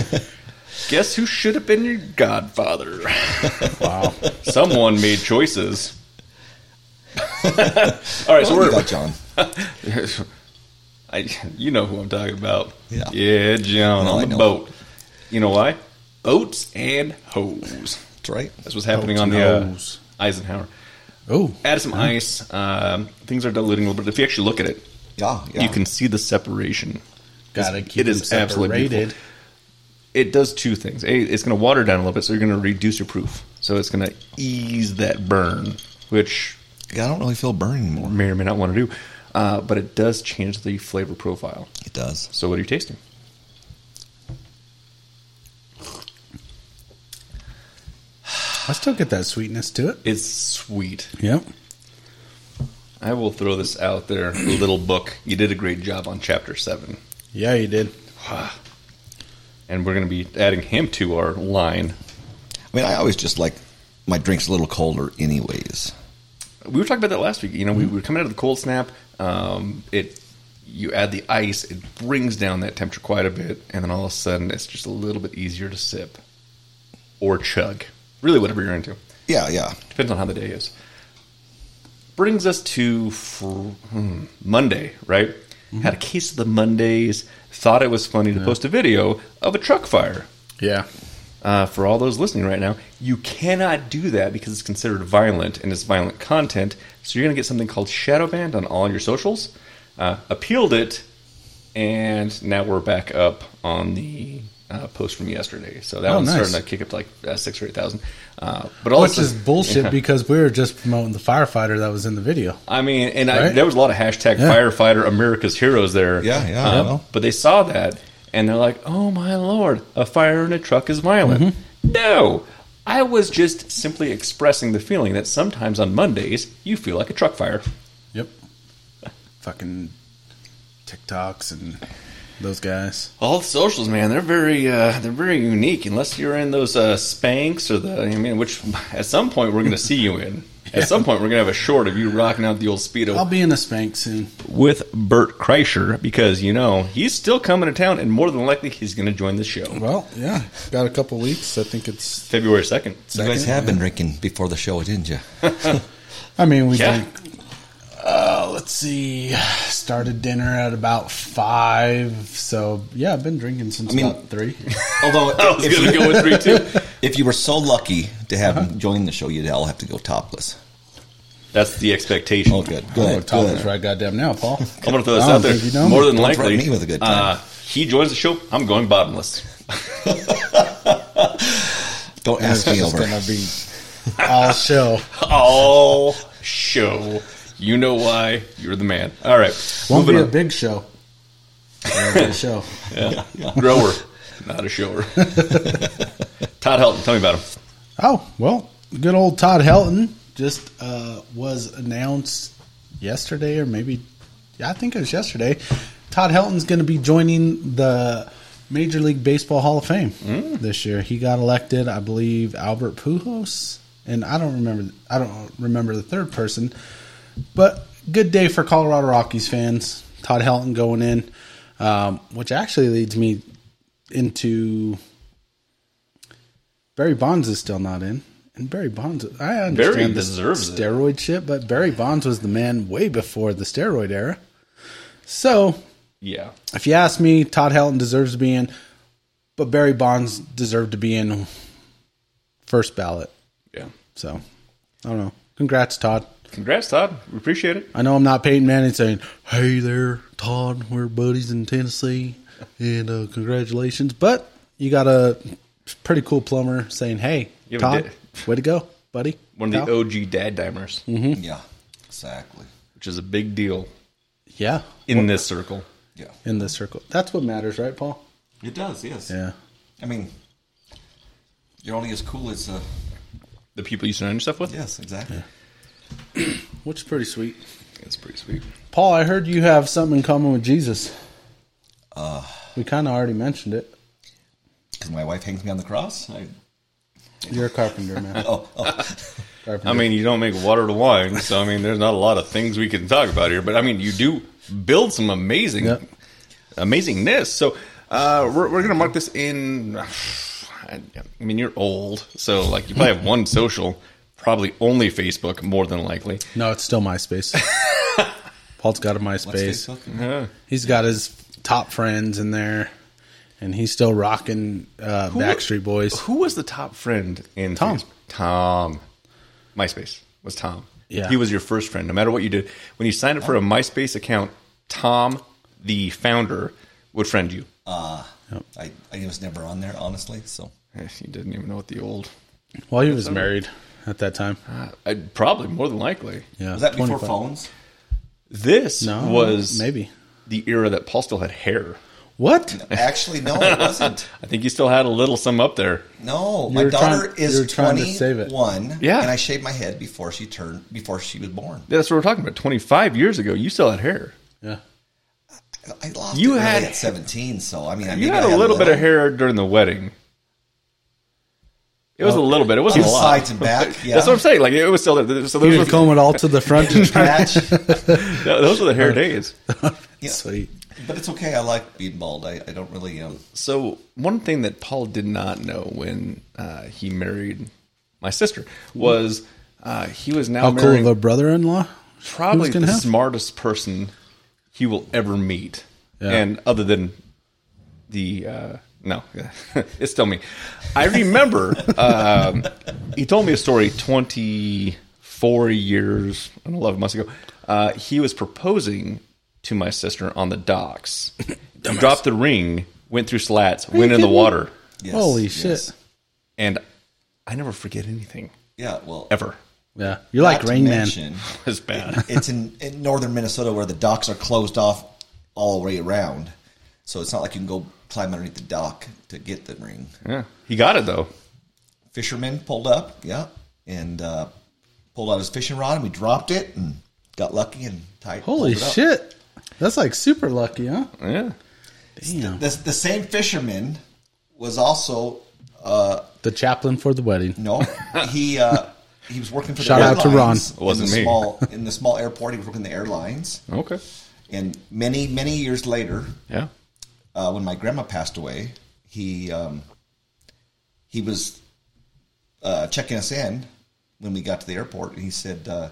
Speaker 3: guess who should have been your godfather?
Speaker 1: Wow.
Speaker 3: Someone made choices. All right, so
Speaker 2: Oh, you got
Speaker 3: we're.
Speaker 2: John.
Speaker 3: I, you know who I'm talking about.
Speaker 2: Yeah.
Speaker 3: yeah John
Speaker 2: No, I
Speaker 3: on the
Speaker 2: know.
Speaker 3: boat. You know why? Boats and hoes.
Speaker 2: That's right.
Speaker 3: That's what's happening
Speaker 1: Boats
Speaker 3: on
Speaker 1: and
Speaker 3: the uh,
Speaker 1: hoes.
Speaker 3: Eisenhower.
Speaker 1: Oh,
Speaker 3: Add some ice. Um, things are diluting a little bit. If you actually look at it,
Speaker 2: Yeah, yeah.
Speaker 3: you can see the separation.
Speaker 1: gotta
Speaker 3: It's-
Speaker 1: keep it
Speaker 3: it is absolutely
Speaker 1: separated.
Speaker 3: beautiful. it does two things. A, it's going to water down a little bit, so you're going to reduce your proof. So it's going to ease that burn, which
Speaker 2: I don't really feel burn anymore.
Speaker 3: may or may not want to do. Uh, but it does change the flavor profile.
Speaker 2: It does.
Speaker 3: So what are you tasting?
Speaker 1: I still get that sweetness to it.
Speaker 3: It's sweet.
Speaker 1: Yep.
Speaker 3: I will throw this out there, little book. You did a great job on chapter seven,
Speaker 1: Yeah, you did.
Speaker 3: and we're going to be adding him to our line.
Speaker 2: I mean, I always just like my drinks a little colder, anyways.
Speaker 3: we were talking about that last week. You know, we were coming out of the cold snap. Um, it you add the ice, it brings down that temperature quite a bit, and then all of a sudden, it's just a little bit easier to sip or chug. Really, whatever you're into
Speaker 2: Yeah, yeah.
Speaker 3: depends on how the day is. Brings us to fr- hmm, Monday, right?
Speaker 1: Mm-hmm.
Speaker 3: Had a case of the Mondays. Thought it was funny to post a video of a truck fire.
Speaker 1: Yeah.
Speaker 3: Uh, for all those listening right now, you cannot do that because it's considered violent and it's violent content. So you're going to get something called shadow banned on all your socials. Uh, appealed it, and now we're back up on the uh, post from yesterday. So that
Speaker 1: Oh,
Speaker 3: one's
Speaker 1: nice.
Speaker 3: starting to kick up to like uh, six or eight thousand. Uh, but all
Speaker 1: Which is
Speaker 3: this
Speaker 1: bullshit because we were just promoting the firefighter that was in the video.
Speaker 3: I mean, and I,
Speaker 1: Right?
Speaker 3: there was a lot of hashtag
Speaker 1: Yeah.
Speaker 3: firefighter America's heroes there. Um,
Speaker 2: Yeah, yeah, I know.
Speaker 3: But they saw that and they're like, oh my lord, a fire in a truck is violent.
Speaker 1: Mm-hmm.
Speaker 3: No, I was just simply expressing the feeling that sometimes on Mondays you feel like a truck fire.
Speaker 1: Yep. Fucking TikToks and those guys.
Speaker 3: All the socials, man, they're very uh, they're very unique. Unless you're in those uh, Spanx or the I mean, which at some point we're going to see you in. At some point, we're going to have a short of you rocking out the old speedo.
Speaker 1: I'll be in a spank soon.
Speaker 3: with Bert Kreischer because you know he's still coming to town, and more than likely he's going to join the show
Speaker 1: Well, yeah. Got a couple weeks. I think it's.
Speaker 3: February second.
Speaker 2: you guys
Speaker 1: Second,
Speaker 2: have been drinking before the show, didn't you?
Speaker 1: I mean, we
Speaker 3: Yeah.
Speaker 1: drank. Uh, let's see. Started dinner at about five. So yeah, I've been drinking since
Speaker 2: mean-
Speaker 1: about three.
Speaker 2: Although,
Speaker 3: I was
Speaker 2: if
Speaker 3: going to
Speaker 2: you,
Speaker 3: go with three too.
Speaker 2: if you were so lucky to have him join the show, you'd all have to go topless.
Speaker 3: That's the expectation.
Speaker 2: Oh, good,
Speaker 1: I'm gonna
Speaker 2: good,
Speaker 1: talk this
Speaker 2: good.
Speaker 1: right goddamn now, Paul.
Speaker 3: I'm going to throw this
Speaker 1: I don't
Speaker 3: out there.
Speaker 1: think you know
Speaker 3: more
Speaker 1: me.
Speaker 3: than
Speaker 2: Don't
Speaker 3: likely,
Speaker 2: threaten me with a good time.
Speaker 3: Uh, he joins the show. I'm going bottomless.
Speaker 2: Don't ask me
Speaker 1: It's
Speaker 2: over.
Speaker 1: gonna be all show.
Speaker 3: All show. You know why? You're the man. All right.
Speaker 1: Won't be
Speaker 3: moving
Speaker 1: a
Speaker 3: on.
Speaker 1: big show. It'll be a show.
Speaker 3: grower, not a shower. Todd Helton, tell me about him.
Speaker 1: Oh well, good old Todd Helton just uh, was announced yesterday, or maybe yeah, I think it was yesterday. Todd Helton's going to be joining the Major League Baseball Hall of Fame
Speaker 3: Mm.
Speaker 1: this year. He got elected, I believe, Albert Pujols, and I don't remember. I don't remember the third person, but good day for Colorado Rockies fans. Todd Helton going in, um, which actually leads me into Barry Bonds is still not in, and Barry Bonds. I understand
Speaker 3: Barry
Speaker 1: the
Speaker 3: deserves it.
Speaker 1: steroid shit, but Barry Bonds was the man way before the steroid era. So
Speaker 3: Yeah.
Speaker 1: if you ask me, Todd Helton deserves to be in, but Barry Bonds deserved to be in first ballot.
Speaker 3: Yeah.
Speaker 1: So I don't know. Congrats, Todd.
Speaker 3: Congrats, Todd. We appreciate it.
Speaker 1: I know I'm not Peyton Manning saying, "Hey there, Todd, we're buddies in Tennessee, and uh, congratulations." But you got a pretty cool plumber saying, "Hey,
Speaker 3: You have a
Speaker 1: Todd,
Speaker 3: di-
Speaker 1: way to go, buddy."
Speaker 3: One of the
Speaker 1: Pal."
Speaker 3: OG dad dimers,
Speaker 2: Yeah, exactly.
Speaker 3: which is a big deal.
Speaker 1: yeah
Speaker 3: in this circle.
Speaker 2: Yeah,
Speaker 1: in the circle. That's what matters, right, Paul?
Speaker 2: it does. Yes.
Speaker 1: Yeah.
Speaker 2: I mean, you're only as cool as. Uh,
Speaker 3: The people you surround yourself with?
Speaker 2: yes, exactly.
Speaker 1: Which is pretty sweet.
Speaker 3: That's pretty sweet.
Speaker 1: Paul, I heard you have something in common with Jesus.
Speaker 3: Uh.
Speaker 1: we kind of already mentioned it.
Speaker 2: Because my wife hangs me on the cross. I,
Speaker 1: You're a carpenter, man.
Speaker 2: oh, oh,
Speaker 1: Carpenter.
Speaker 3: I mean, you don't make water to wine, so I mean, there's not a lot of things we can talk about here. But I mean, you do build some amazing,
Speaker 1: Yep.
Speaker 3: amazingness. So uh, we're we're gonna mark this in. I mean, you're old, so like you probably have one social, probably only Facebook, more than likely.
Speaker 1: no, it's still MySpace. Paul's got a MySpace.
Speaker 2: Facebook.
Speaker 3: Uh-huh.
Speaker 1: He's got his top friends in there, and he's still rocking uh, Backstreet Boys.
Speaker 3: Who was the top friend in
Speaker 1: Tom.
Speaker 3: Facebook? Tom. MySpace was Tom.
Speaker 1: Yeah.
Speaker 3: He was your first friend. No matter what you did, when you signed up for a MySpace account, Tom, the founder, would friend you.
Speaker 2: Uh, I, I was never on there, honestly. So
Speaker 3: Eh, He didn't even know what the old.
Speaker 1: Well, he was married at that time.
Speaker 3: I, probably more than likely.
Speaker 1: Yeah,
Speaker 2: was that before
Speaker 1: 25.
Speaker 2: phones?
Speaker 3: This
Speaker 1: No,
Speaker 3: was
Speaker 1: maybe.
Speaker 3: the era that Paul still had hair.
Speaker 1: What?
Speaker 2: Actually, no, it wasn't.
Speaker 3: I think he still had a little some up there.
Speaker 2: No,
Speaker 1: were
Speaker 2: my daughter
Speaker 1: trying- you were
Speaker 2: is
Speaker 1: trying to save it.
Speaker 2: 21.
Speaker 3: Yeah.
Speaker 2: and I shaved my head before she turned before she was born.
Speaker 3: That's what we're talking about. Twenty five years ago, you still had hair.
Speaker 1: Yeah.
Speaker 2: I lost
Speaker 3: You
Speaker 2: it
Speaker 3: had-
Speaker 2: really at 17, so I mean, I
Speaker 3: You
Speaker 2: maybe
Speaker 3: had
Speaker 2: I
Speaker 3: a little bit of hair during the wedding. It was a little bit. It wasn't
Speaker 2: Two
Speaker 3: a lot.
Speaker 2: sides and back. Yeah.
Speaker 3: That's what I'm saying. Like it was still there. So those
Speaker 1: You
Speaker 3: were,
Speaker 1: would comb it all to the front to try.
Speaker 2: Patch.
Speaker 3: those were the hair days.
Speaker 2: Yeah.
Speaker 1: Sweet.
Speaker 2: But it's okay. I like being bald. I, I don't really. Um,
Speaker 3: So one thing that Paul did not know when uh, he married my sister was uh, he was now
Speaker 1: How Oh, cool
Speaker 3: marrying
Speaker 1: of a brother-in-law. Who's
Speaker 3: probably the
Speaker 1: gonna have?
Speaker 3: smartest person he will ever meet,
Speaker 1: Yeah.
Speaker 3: and other than the uh, no, it's still me. I remember um, he told me a story twenty four years and eleven months ago. Uh, he was proposing to my sister on the docks. dropped the ring, went through slats, went in the
Speaker 1: kidding me?
Speaker 3: water,
Speaker 2: yes,
Speaker 1: Holy
Speaker 2: yes.
Speaker 1: shit.
Speaker 3: and I never forget anything
Speaker 2: Yeah. Well,
Speaker 3: ever.
Speaker 1: Yeah, you're like
Speaker 2: not to
Speaker 1: Rain Man.
Speaker 2: mention,
Speaker 3: It was bad.
Speaker 2: it's in, in northern Minnesota where the docks are closed off all the way around. So it's not like you can go climb underneath the dock to get the ring.
Speaker 3: yeah, he got it though.
Speaker 2: Fisherman pulled up, yeah, and uh, pulled out his fishing rod and we dropped it and got lucky and tied.
Speaker 1: Holy
Speaker 2: pulled it up.
Speaker 1: shit. That's like super lucky, huh?
Speaker 3: Yeah.
Speaker 1: Damn.
Speaker 2: The, the same fisherman was also uh,
Speaker 1: The chaplain for the wedding.
Speaker 2: No, he uh, he was working for
Speaker 1: Shout
Speaker 2: the
Speaker 1: out to
Speaker 2: airlines
Speaker 1: Ron.
Speaker 2: in
Speaker 3: Wasn't
Speaker 2: the
Speaker 3: me.
Speaker 2: Small, in the small airport, he was working the airlines,
Speaker 3: Okay.
Speaker 2: and many many years later,
Speaker 3: Yeah.
Speaker 2: uh, when my grandma passed away, he um, he was uh, checking us in when we got to the airport, and he said, uh,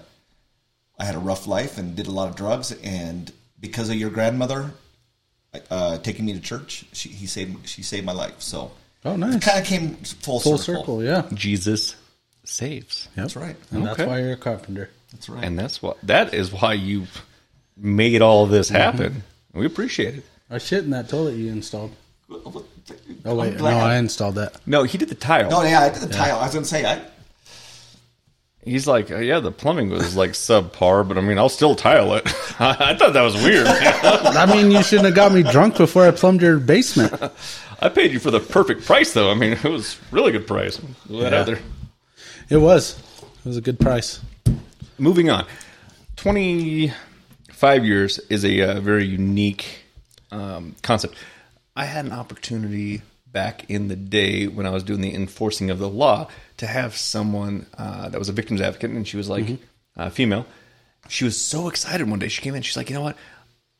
Speaker 2: "I had a rough life and did a lot of drugs, and because of your grandmother." Uh, taking me to church, she he saved she saved my life. So,
Speaker 1: Oh, nice.
Speaker 2: kind of came full,
Speaker 1: Full
Speaker 2: circle.
Speaker 1: circle, yeah.
Speaker 3: Jesus saves.
Speaker 1: Yep.
Speaker 2: That's right.
Speaker 1: And
Speaker 3: Okay.
Speaker 1: that's why you're a carpenter.
Speaker 2: That's right.
Speaker 3: And that's what that is why you made all this happen. We appreciate it.
Speaker 1: I shit in that toilet you installed. Oh,
Speaker 2: Oh
Speaker 1: wait. No, I installed that.
Speaker 3: No, he did the tile.
Speaker 2: No, Oh, yeah, I did the tile. I was gonna say I.
Speaker 3: He's like, "Uh, yeah, the plumbing was like subpar, but I mean, I'll still tile it. I thought that was weird.
Speaker 1: I mean, you shouldn't have got me drunk before I plumbed your basement.
Speaker 3: I paid you for the perfect price, though. I mean, it was really good price. Let
Speaker 1: Yeah.
Speaker 3: out there.
Speaker 1: It was. It was a good price.
Speaker 3: Moving on. Twenty five years is a uh, very unique um, concept. I had an opportunity back in the day when I was doing the enforcing of the law to have someone uh, that was a victim's advocate, and she was like uh, female. She was so excited one day. She came in. She's like, you know what?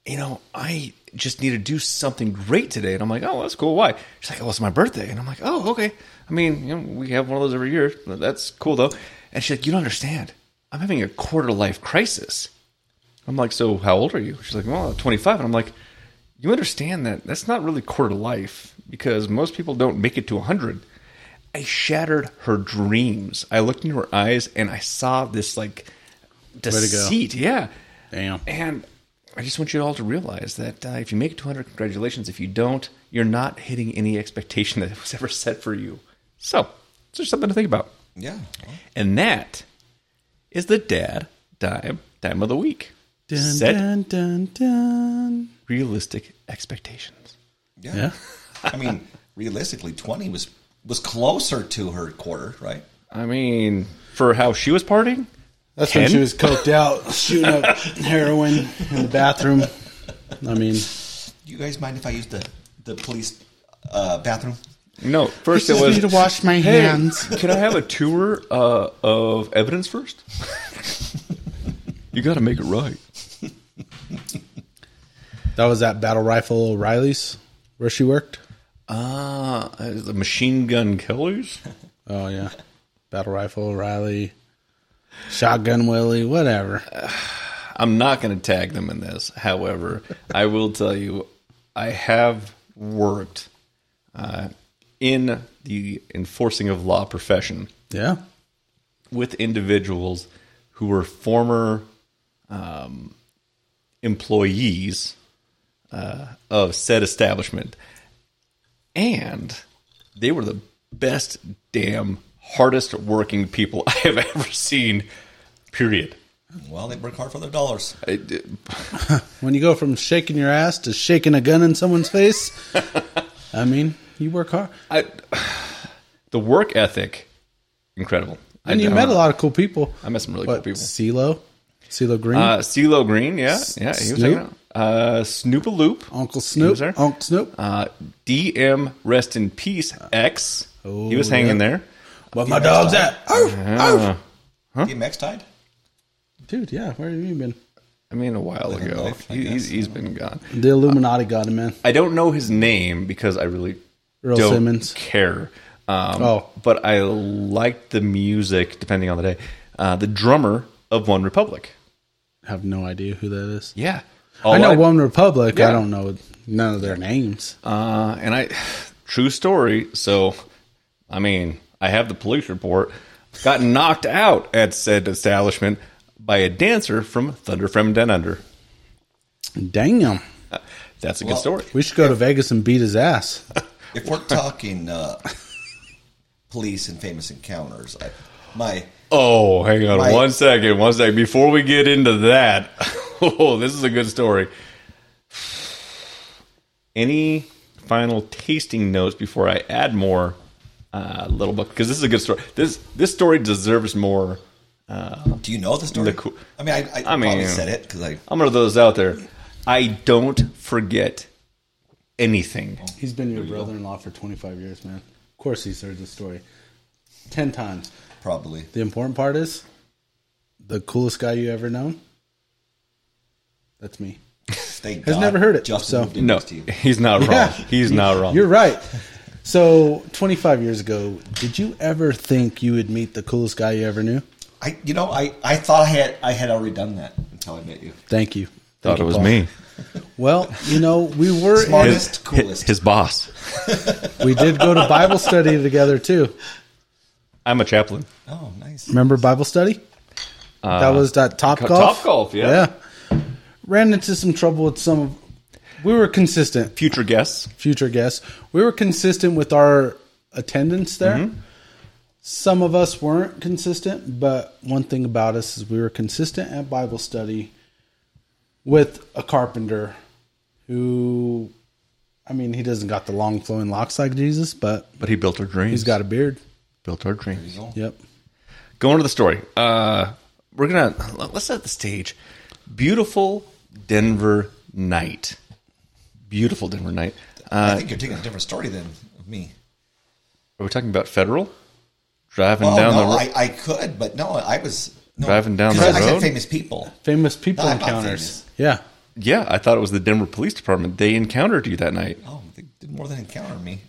Speaker 3: You know, I just need to do something great today. And I'm like, oh, that's cool. Why? She's like, oh, it's my birthday. And I'm like, oh, okay. I mean, you know, we have one of those every year. That's cool though. And she's like, you don't understand. I'm having a quarter life crisis. I'm like, so how old are you? She's like, well, 25. And I'm like, you understand that that's not really quarter life because most people don't make it to 100. I shattered her dreams. I looked into her eyes and I saw this like
Speaker 1: go.
Speaker 3: deceit. Yeah.
Speaker 1: Damn.
Speaker 3: And I just want you all to realize that uh, if you make it 200, congratulations. If you don't, you're not hitting any expectation that was ever set for you. So, it's just something to think about.
Speaker 2: Yeah.
Speaker 3: And that is the dad dime dime of the week.
Speaker 1: Dun,
Speaker 3: Set
Speaker 1: dun, dun, dun.
Speaker 3: realistic expectations.
Speaker 2: Yeah.
Speaker 1: Yeah.
Speaker 2: I mean, realistically, twenty was was closer to her quarter, right?
Speaker 3: I mean, for how she was partying,
Speaker 1: That's
Speaker 3: Ken?
Speaker 1: when she was coked out, shooting up heroin in the bathroom. I mean,
Speaker 2: Do you guys mind if I use the the police uh, bathroom?
Speaker 3: no. First,
Speaker 1: just
Speaker 3: it was
Speaker 1: need to wash my
Speaker 3: "Hey,
Speaker 1: hands."
Speaker 3: Can I have a tour uh, of evidence first? you got to make it right.
Speaker 1: that was at Battle Rifle O'Reilly's where she worked.
Speaker 3: Ah, uh, the machine gun killers.
Speaker 1: Oh yeah, battle rifle O'Reilly, shotgun Willie, whatever.
Speaker 3: I'm not going to tag them in this. However, I will tell you, I have worked uh, in the enforcing of law profession
Speaker 1: Yeah,
Speaker 3: with individuals who were former um, employees uh, of said establishment, and they were the best, damn, hardest working people I have ever seen. Period.
Speaker 2: Well, they work hard for their dollars.
Speaker 3: I- d-
Speaker 1: when you go from shaking your ass to shaking a gun in someone's face, I mean, you work hard,
Speaker 3: I, the work ethic, incredible.
Speaker 1: and you met a lot of cool people.
Speaker 3: I met some really cool people.
Speaker 1: CeeLo, CeeLo Green,
Speaker 3: Uh, CeeLo Green, yeah, yeah, he was hanging
Speaker 1: Snoop?
Speaker 3: out. Uh, Snoop a Loop,
Speaker 1: Uncle
Speaker 3: he
Speaker 1: Snoop,
Speaker 3: was there.
Speaker 1: Uncle Snoop.
Speaker 3: uh, DM Rest in Peace X, he was hanging there.
Speaker 1: Where my dog's at? Oh,
Speaker 3: Ah,
Speaker 2: DMX died?
Speaker 1: dude, yeah. Where have you been?
Speaker 3: I mean, a while
Speaker 2: Living
Speaker 3: ago.
Speaker 2: life, I
Speaker 3: he, he's,
Speaker 2: guess.
Speaker 3: he's been gone.
Speaker 1: The Illuminati got him, man.
Speaker 3: I don't know his name because I really
Speaker 1: Earl
Speaker 3: don't
Speaker 1: Simmons.
Speaker 3: care. Um,
Speaker 1: Oh.
Speaker 3: but I liked the music, depending on the day. Uh, the drummer of One Republic.
Speaker 1: I have no idea who that is.
Speaker 3: Yeah, Oh,
Speaker 1: I know One Republic.
Speaker 3: Yeah.
Speaker 1: I don't know none of their names.
Speaker 3: Uh, and I, true story. So, I mean, I have the police report. Got knocked out at said establishment by a dancer from Thunder from Den Under.
Speaker 1: Damn.
Speaker 3: Uh, That's a good
Speaker 2: Well-
Speaker 3: story.
Speaker 1: We should go to Vegas and beat his ass.
Speaker 2: If we're talking uh, police and famous encounters, I, my
Speaker 3: Oh, hang on
Speaker 2: Right.
Speaker 3: one second, one second. Before we get into that, oh, this is a good story. Any final tasting notes before I add more, uh, little book? Because this is a good story. This this story deserves more.
Speaker 2: do you know the story?
Speaker 3: The cou-
Speaker 2: I mean, I, I,
Speaker 3: I mean-
Speaker 2: probably said it because I
Speaker 3: I'm gonna throw this out there. I don't forget anything.
Speaker 1: He's been your brother-in-law for 25 years, man. Of course, he's heard the story ten times.
Speaker 2: probably.
Speaker 1: The important part is the coolest guy you ever known. That's me.
Speaker 2: Thank
Speaker 1: Has
Speaker 2: God
Speaker 1: never heard it,
Speaker 2: Justin
Speaker 1: so-
Speaker 2: moved in
Speaker 3: No,
Speaker 2: next to you.
Speaker 3: he's not wrong.
Speaker 1: Yeah.
Speaker 3: He's not wrong.
Speaker 1: You're right. So, 25 years ago, did you ever think you would meet the coolest guy you ever knew?
Speaker 2: I, you know, I, I thought I had I had already done that until I met you.
Speaker 1: Thank you.
Speaker 3: Thought it was me.
Speaker 1: Well, you know, we were
Speaker 2: Smartest.
Speaker 3: His,
Speaker 2: Coolest.
Speaker 3: his boss.
Speaker 1: we did go to Bible study together too.
Speaker 3: I'm a chaplain.
Speaker 2: Oh, nice.
Speaker 1: Remember Bible study? that was that Top Golf.
Speaker 3: Uh, Topgolf, yeah.
Speaker 1: Ran into some trouble with some. of We were consistent.
Speaker 3: Future guests.
Speaker 1: future guests. We were consistent with our attendance there.
Speaker 2: Mm-hmm.
Speaker 1: Some of us weren't consistent, but one thing about us is we were consistent at Bible study with a carpenter who, I mean, he doesn't got the long flowing locks like Jesus, but
Speaker 3: But he built our dreams.
Speaker 1: he's got a beard.
Speaker 3: built our dreams.
Speaker 1: Yep.
Speaker 3: Going to the story. Uh, we're gonna let's set the stage. Beautiful Denver night. Beautiful Denver night. Uh,
Speaker 2: I think you're taking a different story than me.
Speaker 3: are we talking about federal? Driving
Speaker 2: Oh
Speaker 3: down
Speaker 2: no,
Speaker 3: the road.
Speaker 2: I, I could, but no, I was no,
Speaker 3: Driving down
Speaker 2: 'cause
Speaker 3: the
Speaker 2: I said
Speaker 3: road?
Speaker 2: famous people.
Speaker 1: Famous people
Speaker 2: Not about
Speaker 1: encounters.
Speaker 2: famous.
Speaker 1: Yeah.
Speaker 3: yeah, I thought it was the Denver Police Department. They encountered you that night.
Speaker 2: Oh, they did more than encounter me.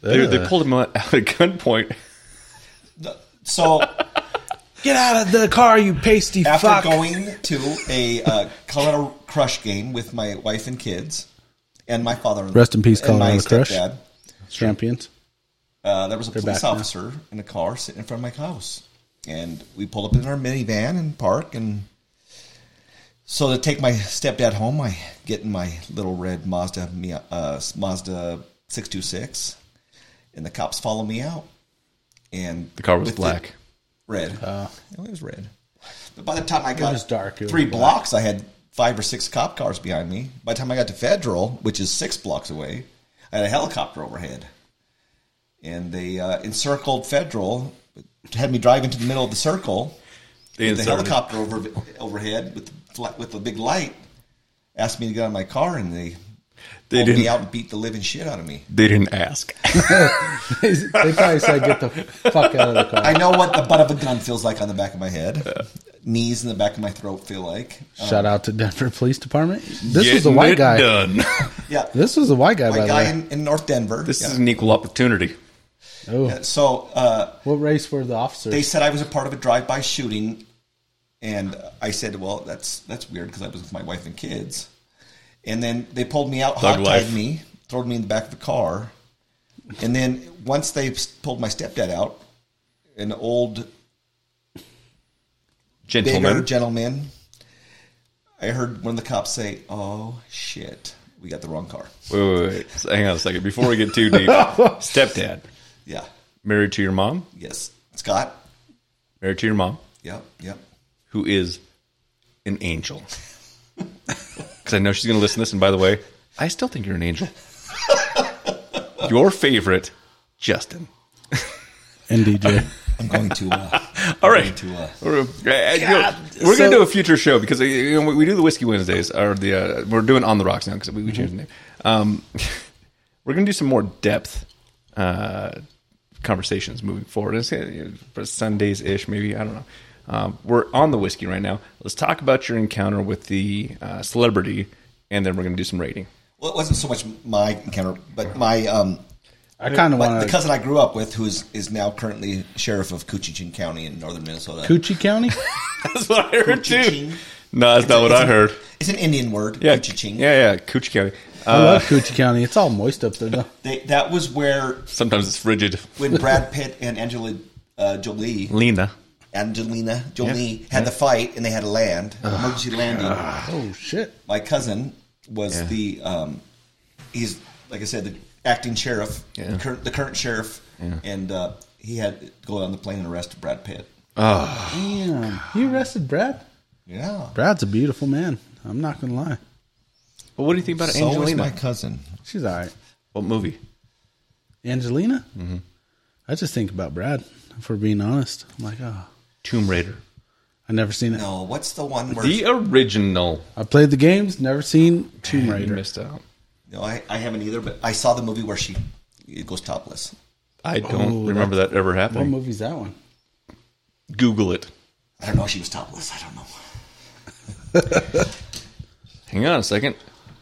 Speaker 3: They, they pulled him out at gunpoint.
Speaker 2: No, So
Speaker 1: Get out of the car, you pasty
Speaker 2: after
Speaker 1: fuck.
Speaker 2: going to a uh, Colorado Crush game with my wife and kids, and my father,
Speaker 1: Rest in peace,
Speaker 2: and my
Speaker 1: Colorado Crush.
Speaker 2: stepdad,
Speaker 1: Champions.
Speaker 2: Uh, there was a police
Speaker 1: back now.
Speaker 2: officer in a car sitting in front of my house, and we pulled up in our minivan and park. And so to take my stepdad home, I get in my little red Mazda Mi- uh, Mazda six two six, and the cops follow me out. And
Speaker 3: The car was
Speaker 2: with
Speaker 3: black.
Speaker 2: red.
Speaker 1: Uh,
Speaker 2: it was red. But by the time I got
Speaker 1: was dark, it was
Speaker 2: three
Speaker 1: black.
Speaker 2: blocks, I had five or six cop cars behind me. By the time I got to Federal, which is six blocks away, I had a helicopter overhead, and they uh, encircled Federal, had me drive into the middle of the circle.
Speaker 3: They
Speaker 2: the
Speaker 3: inserted-
Speaker 2: helicopter over, overhead with the, fla- with the big light asked me to get out of my car, and they
Speaker 3: They
Speaker 2: pulled
Speaker 3: didn't.
Speaker 2: me out and beat the living shit out of me.
Speaker 3: They didn't ask.
Speaker 1: they probably said, get the fuck out of the car.
Speaker 2: I know what the butt of a gun feels like on the back of my head. Knees in the back of my throat feel like.
Speaker 1: Shout out to Denver Police Department. This was a
Speaker 3: Getting
Speaker 1: white
Speaker 3: it
Speaker 1: guy.
Speaker 3: Done.
Speaker 2: Yeah.
Speaker 1: This was a white guy, by
Speaker 2: White
Speaker 1: the
Speaker 2: guy
Speaker 1: way.
Speaker 2: in, in North Denver.
Speaker 3: This
Speaker 2: Yeah.
Speaker 3: is an equal opportunity.
Speaker 1: oh,
Speaker 2: so uh,
Speaker 1: what race were the officers?
Speaker 2: they said I was a part of a drive-by shooting, and I said, "Well, that's that's weird because I was with my wife and kids." And then they pulled me out,
Speaker 3: Thug life.
Speaker 2: hot-tied me, threw me in the back of the car, and then once they s- pulled my stepdad out, an old bigger
Speaker 3: Gentlemen.
Speaker 2: gentleman, I heard one of the cops say, "Oh shit, we got the wrong car."
Speaker 3: Wait, wait, wait. So Hang on a second. Before we get too deep, stepdad,
Speaker 2: Yeah,
Speaker 3: married to your mom,
Speaker 2: yes, Scott.
Speaker 3: married to your mom,
Speaker 2: Yep, yep.
Speaker 3: who is an angel. Because I know she's going to listen to this. And by the way, I still think you're an angel. Your favorite, Justin.
Speaker 1: NDJ.
Speaker 2: I'm going to. Uh,
Speaker 3: All right.
Speaker 2: to, uh,
Speaker 3: We're, uh, you know, we're
Speaker 1: so-
Speaker 3: gonna do a future show because uh, you know, we- we do the Whiskey Wednesdays or the uh, we're doing on the rocks now because we, we changed the name. Um, we're gonna do some more depth uh, conversations moving forward. It's, uh, for Sundays ish, maybe I don't know. Um, we're on the whiskey right now. Let's talk about your encounter with the uh, celebrity, and then we're going to do some rating.
Speaker 2: Well, it wasn't so much my encounter, but my um,
Speaker 1: I kind of
Speaker 2: my, the
Speaker 1: want to.
Speaker 2: cousin I grew up with, who is, is now currently sheriff of Coochin County in northern Minnesota.
Speaker 1: Coochie County?
Speaker 3: That's what I heard
Speaker 2: Coochie-ching.
Speaker 3: No, that's not what I heard.
Speaker 2: It's an Indian word.
Speaker 3: Yeah,
Speaker 2: Coochin.
Speaker 3: yeah, yeah, Cooch County.
Speaker 1: I
Speaker 3: Uh,
Speaker 1: love Coochie County. It's all moist up there, though.
Speaker 2: They, that was where
Speaker 3: sometimes it's frigid.
Speaker 2: when Brad Pitt and Angela uh, Jolie
Speaker 3: Lena.
Speaker 2: Angelina Jolie had the fight and they had to land, emergency landing.
Speaker 1: Oh, shit.
Speaker 2: My cousin was the, um, he's, like I said, the acting sheriff,
Speaker 3: Yeah.
Speaker 2: the, current, the current sheriff, and uh, he had to go on the plane and arrest Brad Pitt.
Speaker 1: Damn. You arrested Brad?
Speaker 2: Yeah.
Speaker 1: Brad's a beautiful man. I'm not going to lie.
Speaker 3: Well, what do you think about
Speaker 2: So was
Speaker 3: Angelina?
Speaker 2: my cousin.
Speaker 1: She's all right.
Speaker 3: What movie?
Speaker 1: Angelina?
Speaker 3: Mm-hmm.
Speaker 1: I just think about Brad, if we're being honest. I'm like, oh,
Speaker 3: Tomb Raider.
Speaker 1: I've never seen it.
Speaker 2: No, what's the one where,
Speaker 3: The original.
Speaker 1: I played the games, never seen Tomb
Speaker 3: You
Speaker 1: Raider.
Speaker 3: missed out.
Speaker 2: no, I, I haven't either, but I saw the movie where she it goes topless.
Speaker 3: I don't
Speaker 1: Oh,
Speaker 3: remember that ever
Speaker 1: What
Speaker 3: happening.
Speaker 1: movie's that one?
Speaker 3: Google it.
Speaker 2: I don't know if she was topless. I don't know.
Speaker 3: Hang on a second.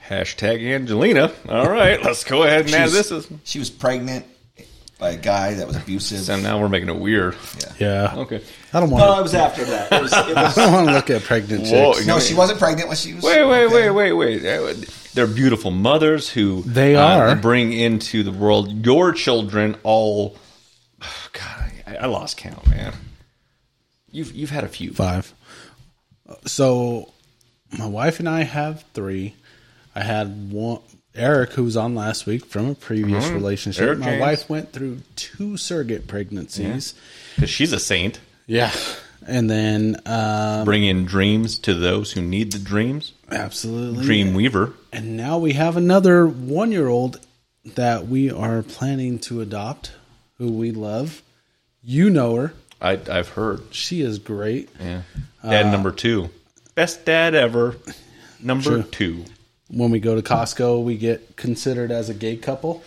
Speaker 3: Hashtag Angelina. All right, let's go ahead and
Speaker 2: She
Speaker 3: add
Speaker 2: was-
Speaker 3: this. Is,
Speaker 2: She was pregnant by a guy that was abusive.
Speaker 3: so now we're making it weird.
Speaker 1: Yeah.
Speaker 3: Okay.
Speaker 1: I don't
Speaker 2: no, it
Speaker 1: want
Speaker 2: was after that. It was, it was,
Speaker 1: to. I don't want to look at pregnant
Speaker 3: Whoa,
Speaker 1: chicks.
Speaker 2: no, she wasn't pregnant when she was.
Speaker 3: Wait, wait,
Speaker 2: okay.
Speaker 3: wait, wait, wait. Uh, They're beautiful mothers who
Speaker 1: They
Speaker 3: uh,
Speaker 1: are.
Speaker 3: bring into the world your children. All God, I, I lost count, man. You've you've had a few.
Speaker 1: Five. So, my wife and I have three. I had one. Eric, who was on last week from a previous relationship,
Speaker 3: Mm-hmm. Eric
Speaker 1: my
Speaker 3: James.
Speaker 1: wife went through two surrogate pregnancies.
Speaker 3: 'Cause she's a saint.
Speaker 1: Yeah. And then, uh,
Speaker 3: Bring in dreams to those who need the dreams.
Speaker 1: absolutely.
Speaker 3: Dream weaver.
Speaker 1: And now we have another one year old that we are planning to adopt who we love. You know her.
Speaker 3: I, I've heard.
Speaker 1: She is great.
Speaker 3: Yeah. Dad
Speaker 1: Uh,
Speaker 3: number two. Best dad ever. Number two.
Speaker 1: When we go to Costco, we get considered as a gay couple.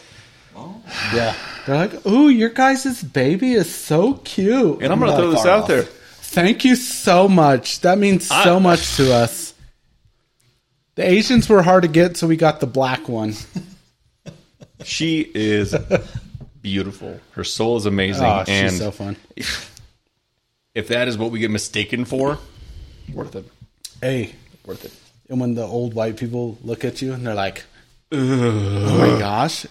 Speaker 1: Yeah. They're like, ooh, your guys' baby is so cute.
Speaker 3: And I'm going
Speaker 1: like,
Speaker 3: to throw this
Speaker 2: far
Speaker 3: out
Speaker 2: off.
Speaker 3: there.
Speaker 1: Thank you so much. That means so
Speaker 3: I-
Speaker 1: much to us. The Asians were hard to get, so we got the black one.
Speaker 3: She is beautiful. Her soul is amazing.
Speaker 1: Oh,
Speaker 3: and
Speaker 1: she's so fun.
Speaker 3: if that is what we get mistaken for, worth it.
Speaker 1: Hey,
Speaker 3: Worth it.
Speaker 1: and when the old white people look at you and they're like, "Oh my gosh,"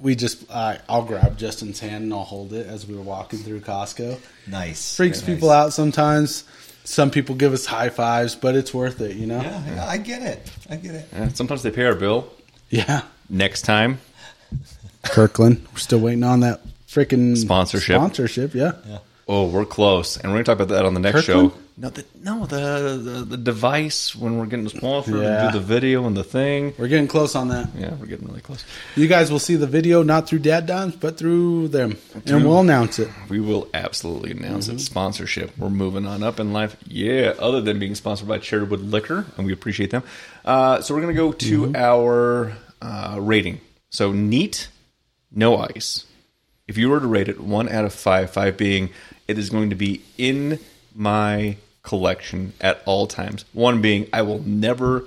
Speaker 1: we just I I'll grab Justin's hand and I'll hold it as we were walking through Costco.
Speaker 2: Nice.
Speaker 1: Freaks
Speaker 2: Very
Speaker 1: people
Speaker 2: nice.
Speaker 1: out sometimes. Some people give us high fives, but it's worth it, you know. Yeah,
Speaker 2: Yeah, yeah, I get it. I get it.
Speaker 3: Yeah, sometimes they pay our bill. Next time,
Speaker 1: Kirkland, we're still waiting on that freaking
Speaker 3: Sponsorship.
Speaker 1: Sponsorship, yeah.
Speaker 3: oh, we're close. And we're going to talk about that on the next
Speaker 1: Kirkland?
Speaker 3: show. No, the, no, the, the the device when we're getting sponsored
Speaker 1: Yeah.
Speaker 3: and do the video and the thing.
Speaker 1: We're getting close on that.
Speaker 3: Yeah, we're getting really close.
Speaker 1: You guys will see the video not through Dad Dimes, but through them, and we'll announce it.
Speaker 3: We will absolutely announce it. Sponsorship. We're moving on up in life. Yeah, other than being sponsored by Cherrywood Liquor, and we appreciate them. Uh, so we're going to go to our uh, rating. So neat, no ice. If you were to rate it one out of five, five being it is going to be in my collection at all times, one being I will never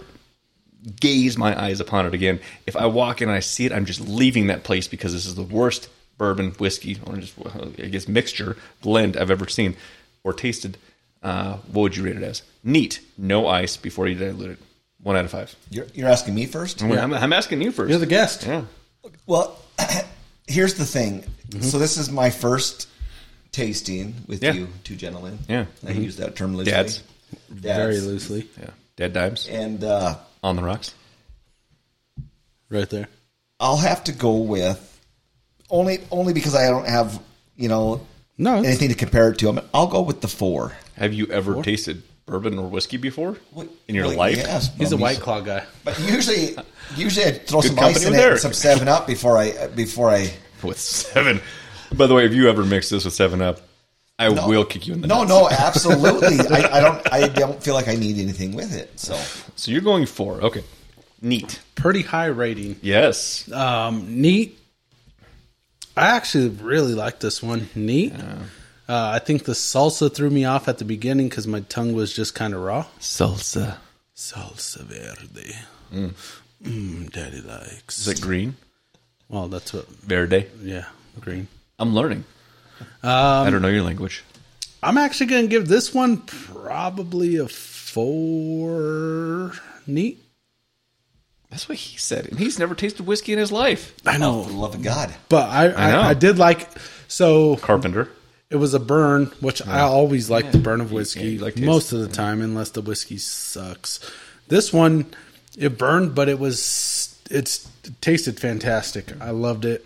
Speaker 3: gaze my eyes upon it again. If I walk in and I see it, I'm just leaving that place because this is the worst bourbon whiskey or just I guess mixture blend I've ever seen or tasted. Uh, what would you rate it as? Neat, no ice before you dilute it. One out of five.
Speaker 2: You're, you're asking me first?
Speaker 3: I'm, I'm- I'm asking you 1st
Speaker 1: You're the guest.
Speaker 3: yeah.
Speaker 2: Well, here's the thing. So, this is my first tasting with
Speaker 3: Yeah.
Speaker 2: you two gentlemen.
Speaker 3: Yeah. Mm-hmm.
Speaker 2: I use that term loosely.
Speaker 3: Dads.
Speaker 2: Dads.
Speaker 1: Very loosely,
Speaker 3: Yeah. Dead dimes
Speaker 2: And uh,
Speaker 3: on the rocks.
Speaker 1: right there.
Speaker 2: I'll have to go with only only because I don't have, you know,
Speaker 1: No, it's-
Speaker 2: anything to compare it to. I'm, I'll go with the four.
Speaker 3: Have you ever tasted bourbon or whiskey before
Speaker 2: What-
Speaker 3: in your
Speaker 2: well,
Speaker 3: life?
Speaker 2: Yes,
Speaker 1: He's a
Speaker 2: um,
Speaker 1: white claw guy.
Speaker 2: But usually, usually I throw some
Speaker 3: company
Speaker 2: ice in
Speaker 3: with
Speaker 2: it, and
Speaker 3: Eric.
Speaker 2: some Seven Up before I before I.
Speaker 3: With seven. By the way, if you ever mix this with Seven Up, I will kick you in the
Speaker 2: No,
Speaker 3: nuts.
Speaker 2: no, absolutely. I, I don't. I don't feel like I need anything with it. So
Speaker 3: So you're going four. Okay. Neat.
Speaker 1: Pretty high rating.
Speaker 3: Yes.
Speaker 1: Um, neat. I actually really like this one. Neat. Uh, I think the salsa threw me off at the beginning because my tongue was just kind of raw.
Speaker 3: Salsa.
Speaker 1: Salsa verde. Mm, daddy likes.
Speaker 3: Is it green?
Speaker 1: well, that's what.
Speaker 3: Verde.
Speaker 1: Yeah, green.
Speaker 3: I'm learning. I don't know your language.
Speaker 1: I'm actually going to give this one probably a four. Neat.
Speaker 3: That's what he said, and he's never tasted whiskey in his life.
Speaker 1: I
Speaker 2: For the
Speaker 1: know,
Speaker 2: love of God.
Speaker 1: but I I,
Speaker 3: know.
Speaker 1: I, did like so.
Speaker 3: Carpenter.
Speaker 1: It was a burn, which I always like the burn of
Speaker 3: yeah,
Speaker 1: whiskey
Speaker 3: you like taste.
Speaker 1: most of the time, unless the whiskey sucks. This one, it burned, but it was it's it tasted fantastic. I loved it.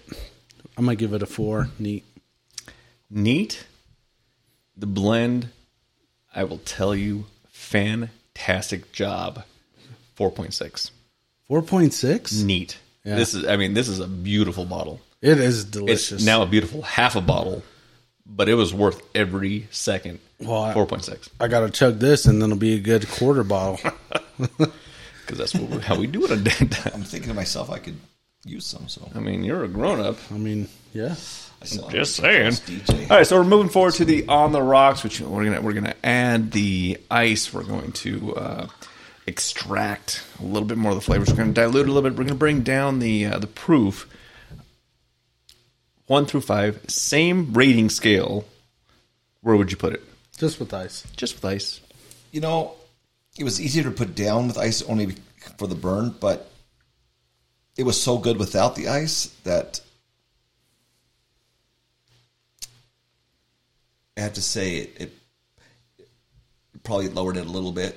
Speaker 1: I'm gonna give it a four. Neat.
Speaker 3: neat. The blend, I will tell you, fantastic job. Four point six.
Speaker 1: Four point six.
Speaker 3: Neat. This is. I mean, this is a beautiful bottle.
Speaker 1: It is
Speaker 3: It's
Speaker 1: delicious.
Speaker 3: now a beautiful half a bottle, but it was worth every second.
Speaker 1: Well, I-
Speaker 3: Four point six,
Speaker 1: I gotta chug this, and then it'll be a good quarter bottle.
Speaker 3: because that's what we how we do it. On Dan
Speaker 2: I'm
Speaker 3: Dimes.
Speaker 2: thinking to myself, I could use some. So
Speaker 3: I mean, you're a grown up.
Speaker 1: I mean, yeah.
Speaker 2: I saw
Speaker 3: Just
Speaker 2: it.
Speaker 3: saying.
Speaker 2: DJ.
Speaker 3: All right, so we're moving forward to the on the rocks, which we're gonna we're gonna add the ice. We're going to uh, extract a little bit more of the flavors. We're gonna dilute a little bit. We're gonna bring down the uh, the proof. One through five, same rating scale. Where would you put it?
Speaker 1: Just with ice.
Speaker 3: Just with ice.
Speaker 2: You know, it was easier to put down with ice only for the burn, but it was so good without the ice that I have to say it, it, it probably lowered it a little bit.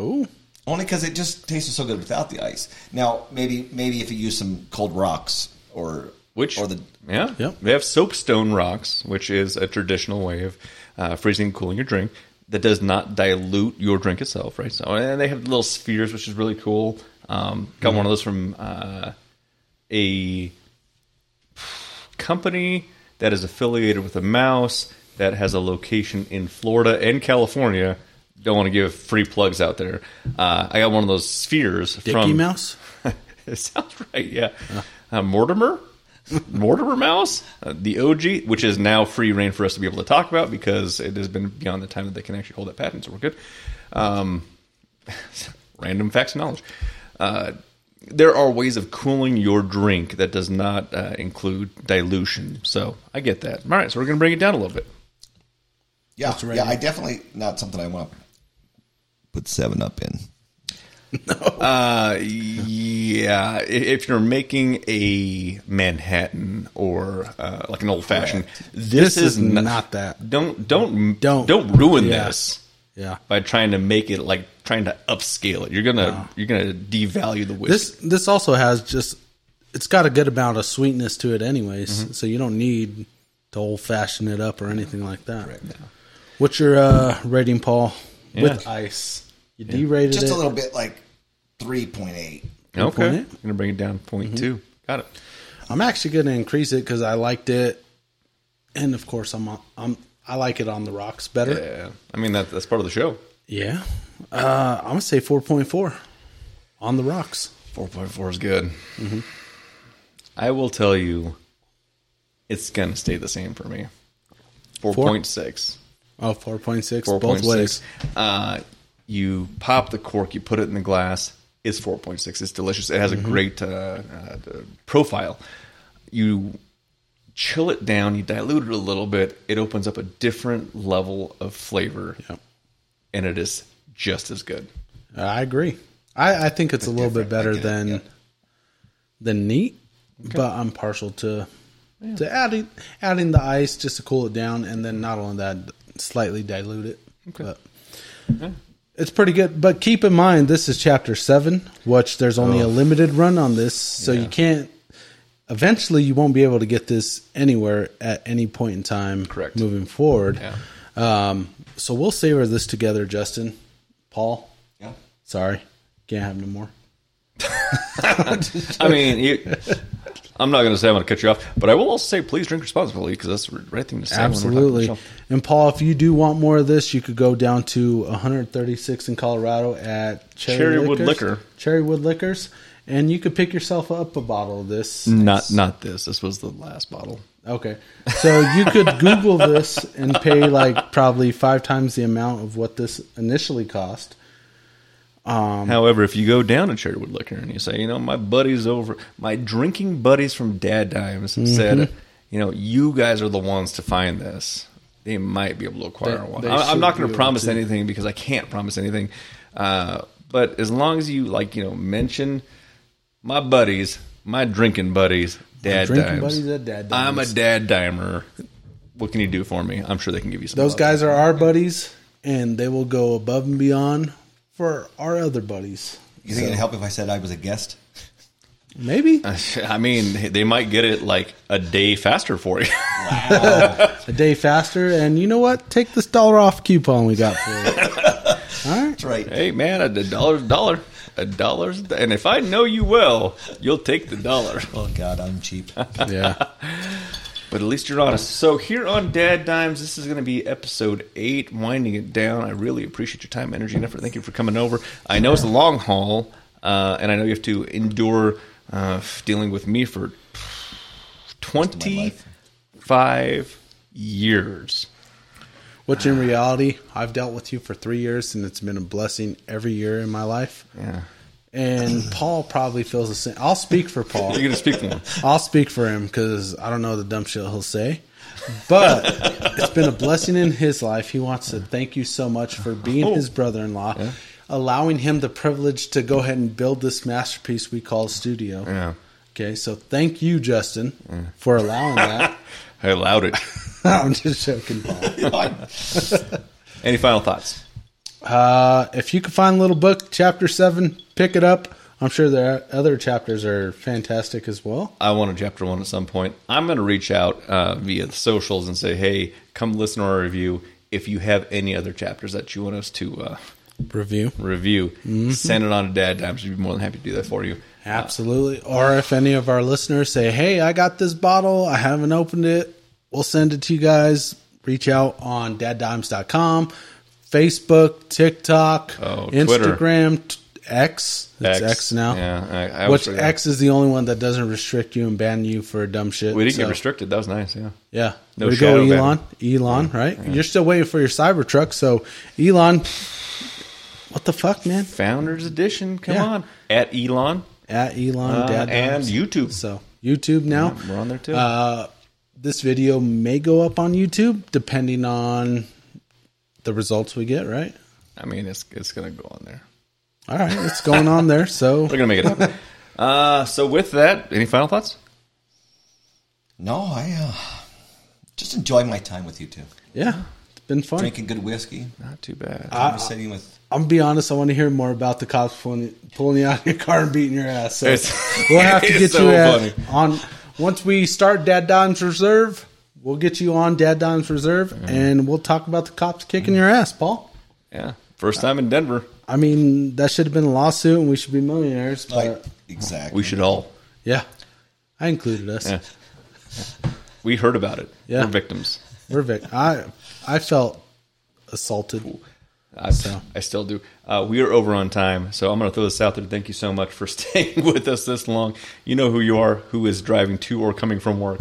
Speaker 1: Oh,
Speaker 2: Only because it just tasted so good without the ice. Now, maybe maybe if you use some cold rocks or
Speaker 3: Which
Speaker 2: or the
Speaker 3: yeah,
Speaker 1: Yep.
Speaker 3: they have soapstone rocks, which is a traditional way of uh, freezing and cooling your drink that does not dilute your drink itself, right? So, and they have little spheres, which is really cool. Um, got one of those from uh, a company that is affiliated with a mouse that has a location in Florida and California. Don't want to give free plugs out there. Uh, I got one of those spheres
Speaker 1: Dicky
Speaker 3: from
Speaker 1: Mouse.
Speaker 3: it sounds right, yeah. Uh, Mortimer? Mortimer Mouse? Uh, the OG, which is now free reign for us to be able to talk about because it has been beyond the time that they can actually hold that patent, so we're good. Um, random facts and knowledge. Uh, there are ways of cooling your drink that does not uh, include dilution, so I get that. All right, so we're going to bring it down a little bit.
Speaker 2: yeah
Speaker 1: right.
Speaker 2: yeah I definitely not something I want to put seven up in.
Speaker 3: Uh, yeah, i- if you're making a Manhattan or uh, like an old fashioned, this,
Speaker 1: This
Speaker 3: is
Speaker 1: is
Speaker 3: not,
Speaker 1: not that.
Speaker 3: Don't don't
Speaker 1: Don't.
Speaker 3: don't don't ruin
Speaker 1: Yeah.
Speaker 3: this
Speaker 1: Yeah.
Speaker 3: by trying to make it like trying to upscale it. You're gonna you're gonna devalue the whiskey.
Speaker 1: This this also has just it's got a good amount of sweetness to it, anyways.
Speaker 3: Mm-hmm.
Speaker 1: So you don't need to old fashion it up or anything like that. What's your uh, rating, Paul? With
Speaker 3: Yeah.
Speaker 1: ice, you derated
Speaker 2: Just
Speaker 1: it.
Speaker 2: a little bit like three point eight.
Speaker 3: okay,
Speaker 1: point.
Speaker 3: I'm gonna bring it Mm-hmm. down 0.2 two. Got it.
Speaker 1: I'm actually going to increase it because I liked it, and of course I'm I'm I like it on the rocks better.
Speaker 3: Yeah, I mean that that's part of the show.
Speaker 1: Yeah, Uh, I'm gonna say four point four on the rocks.
Speaker 3: Four point four is Mm-hmm. good. I will tell you, it's gonna stay the same for me. Four point six.
Speaker 1: Oh, 4.6 both
Speaker 3: 4.6.
Speaker 1: ways.
Speaker 3: Uh, you pop the cork, you put it in the glass. It's 4.6. It's delicious. It has
Speaker 1: Mm-hmm.
Speaker 3: a great uh, uh, profile. You chill it down, you dilute it a little bit. It opens up a different level of flavor,
Speaker 1: Yep.
Speaker 3: and it is just as good.
Speaker 1: I agree. I, I think it's a little bit better than than neat, but I'm partial to to adding adding the ice just to cool it down, and then not only that, slightly dilute it. But it's pretty good. But keep in mind, this is chapter seven, which there's only a limited run on this, so you can't. Eventually, you won't be able to get this anywhere at any point in time.
Speaker 3: Correct.
Speaker 1: Moving forward,
Speaker 3: Yeah.
Speaker 1: um, so we'll savor this together, Justin, Paul.
Speaker 2: Yeah.
Speaker 1: Sorry, can't have no more.
Speaker 3: I mean, you, I'm not going to say I'm going to cut you off, but I will also say please drink responsibly because that's the right thing to say. when we're talking about the
Speaker 1: Absolutely.
Speaker 3: show.
Speaker 1: And Paul, if you do want more of this, you could go down to 136 in Colorado at Cherrywood
Speaker 3: Cherrywood Liquor.
Speaker 1: Cherrywood Liquors, and you could pick yourself up a bottle of this.
Speaker 3: Not not this. This was the last bottle.
Speaker 1: Okay, so you could Google this and pay like probably five times the amount of what this initially cost. Mm-hmm.
Speaker 3: However, if you go down to Cherrywood Liquor and you say, you know, my buddies over, my drinking buddies from Dad Dimes said,
Speaker 1: Mm-hmm.
Speaker 3: you know, you guys are the ones to find this. They might be able to acquire
Speaker 1: They-
Speaker 3: one.
Speaker 1: they
Speaker 3: I,
Speaker 1: should
Speaker 3: am not
Speaker 1: be
Speaker 3: going to
Speaker 1: able
Speaker 3: promise
Speaker 1: to.
Speaker 3: anything because I can't promise anything. Uh, but as long as you like, you know, mention my buddies, my drinking buddies, Dad
Speaker 1: drinking
Speaker 3: Dimes.
Speaker 1: buddies at Dad
Speaker 3: I'm a
Speaker 1: Dimes.
Speaker 3: Dad Dimer. What can you do for me? I'm sure they can give you some.
Speaker 1: Those
Speaker 3: love.
Speaker 1: guys are our buddies, and they will go above and beyond for our other buddies.
Speaker 2: You think it'd help if I said I was a guest?
Speaker 1: Maybe
Speaker 3: I mean, they might get it like a day faster for you.
Speaker 1: a day faster, and you know what? Take this dollar off coupon we got for it.
Speaker 2: That's right.
Speaker 3: Hey man, a a dollar's a dollar, a dollar's, a do- and if I know you well, you'll take the dollar.
Speaker 2: Oh God, I'm cheap.
Speaker 1: Yeah.
Speaker 3: But at least you're honest. So here on Dad Dimes, this is going to be episode eight, winding it down. I really appreciate your time, energy, and effort. Thank you for coming over. I know it's a long haul, uh, and I know you have to endure uh, dealing with me for
Speaker 2: life.
Speaker 3: twenty-five years.
Speaker 1: Which in reality, I've dealt with you for three years, and it's been a blessing every year in my life.
Speaker 3: Yeah,
Speaker 1: And Paul probably feels the same. I'll speak for Paul.
Speaker 3: you're going to speak for me.
Speaker 1: I'll speak for him because I don't know the dumb shit he'll say. But it's been a blessing in his life. He wants to thank you so much for being his brother in law, allowing him the privilege to go ahead and build this masterpiece we call studio.
Speaker 3: Yeah,
Speaker 1: Okay, so thank you, Justin, for allowing that.
Speaker 3: I allowed it.
Speaker 1: I'm just joking, Paul.
Speaker 3: Any final thoughts?
Speaker 1: Uh, if you can find Little Book, Chapter 7, pick it up. I'm sure the other chapters are fantastic as well.
Speaker 3: I want a chapter one at some point. I'm going to reach out uh, via the socials and say, hey, come listen to our review. If you have any other chapters that you want us to uh,
Speaker 1: Review.
Speaker 3: review, send it on to Dad Dimes. We'd be more than happy to do that for you.
Speaker 1: Mm-hmm.
Speaker 3: Uh,
Speaker 1: Absolutely. Or if any of our listeners say, hey, I got this bottle, I haven't opened it, we'll send it to you guys. Reach out on daddimes.com, Facebook, TikTok,
Speaker 3: Oh, Twitter.
Speaker 1: Instagram, t- X. It's X, now.
Speaker 3: Yeah, I, I always
Speaker 1: Which
Speaker 3: forget.
Speaker 1: X is the only one that doesn't restrict you and ban you for dumb shit.
Speaker 3: We didn't
Speaker 1: so-
Speaker 3: get restricted. That was nice. Yeah.
Speaker 1: Yeah.
Speaker 3: No
Speaker 1: Way to
Speaker 3: shadow ban.
Speaker 1: Elon. Elon, right? You're still waiting for your Cybertruck, so Elon, what the fuck, man?
Speaker 3: Founders Edition. Come
Speaker 1: Yeah.
Speaker 3: on. At Elon.
Speaker 1: At Elon,
Speaker 3: Uh,
Speaker 1: Dad
Speaker 3: and
Speaker 1: Dimes.
Speaker 3: YouTube.
Speaker 1: So YouTube now.
Speaker 3: Yeah, we're on there too.
Speaker 1: Uh, this video may go up on YouTube depending on the results we get, right?
Speaker 3: I mean, it's, it's going to go on there.
Speaker 1: All right, it's going on there. So
Speaker 3: We're going to make it happen. uh, so, with that, any final thoughts?
Speaker 2: No, I uh, just enjoy my time with you two.
Speaker 1: yeah, it's been fun.
Speaker 2: Drinking good whiskey,
Speaker 3: Not too bad.
Speaker 1: Uh,
Speaker 2: conversating with.
Speaker 1: I'm gonna be honest. I want to hear more about the cops pulling pulling you out of your car and beating your ass. So
Speaker 3: It's-
Speaker 1: we'll have to
Speaker 3: it's
Speaker 1: get
Speaker 3: so
Speaker 1: you at,
Speaker 3: funny.
Speaker 1: on once we start Dad Dimes Reserve. We'll get you on Dad Dimes Reserve,
Speaker 3: Mm-hmm.
Speaker 1: and we'll talk about the cops kicking your ass, Paul.
Speaker 3: yeah. First time in Denver.
Speaker 1: I mean, that should have been a lawsuit, and we should be millionaires. But
Speaker 2: Like, exactly.
Speaker 3: We should all.
Speaker 1: yeah, I included us.
Speaker 3: Yeah. We heard about it.
Speaker 1: Yeah.
Speaker 3: We're victims.
Speaker 1: We're vic- I I felt assaulted.
Speaker 3: I, I still do. Uh, we are over on time, so I'm going to throw this out there. Thank you so much for staying with us this long. You know who you are, who is driving to or coming from work.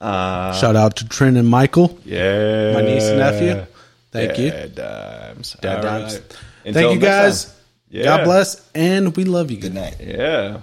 Speaker 3: Uh,
Speaker 1: Shout out to Trent and Michael,
Speaker 3: yeah.
Speaker 1: my niece and nephew. Thank you.
Speaker 3: Dad dimes.
Speaker 1: Dad
Speaker 3: All
Speaker 1: Dimes.
Speaker 3: right.
Speaker 1: Thank
Speaker 3: Until
Speaker 1: you
Speaker 3: next
Speaker 1: guys.
Speaker 3: time. Yeah.
Speaker 1: God bless, and we love you.
Speaker 2: Good night.
Speaker 3: Yeah.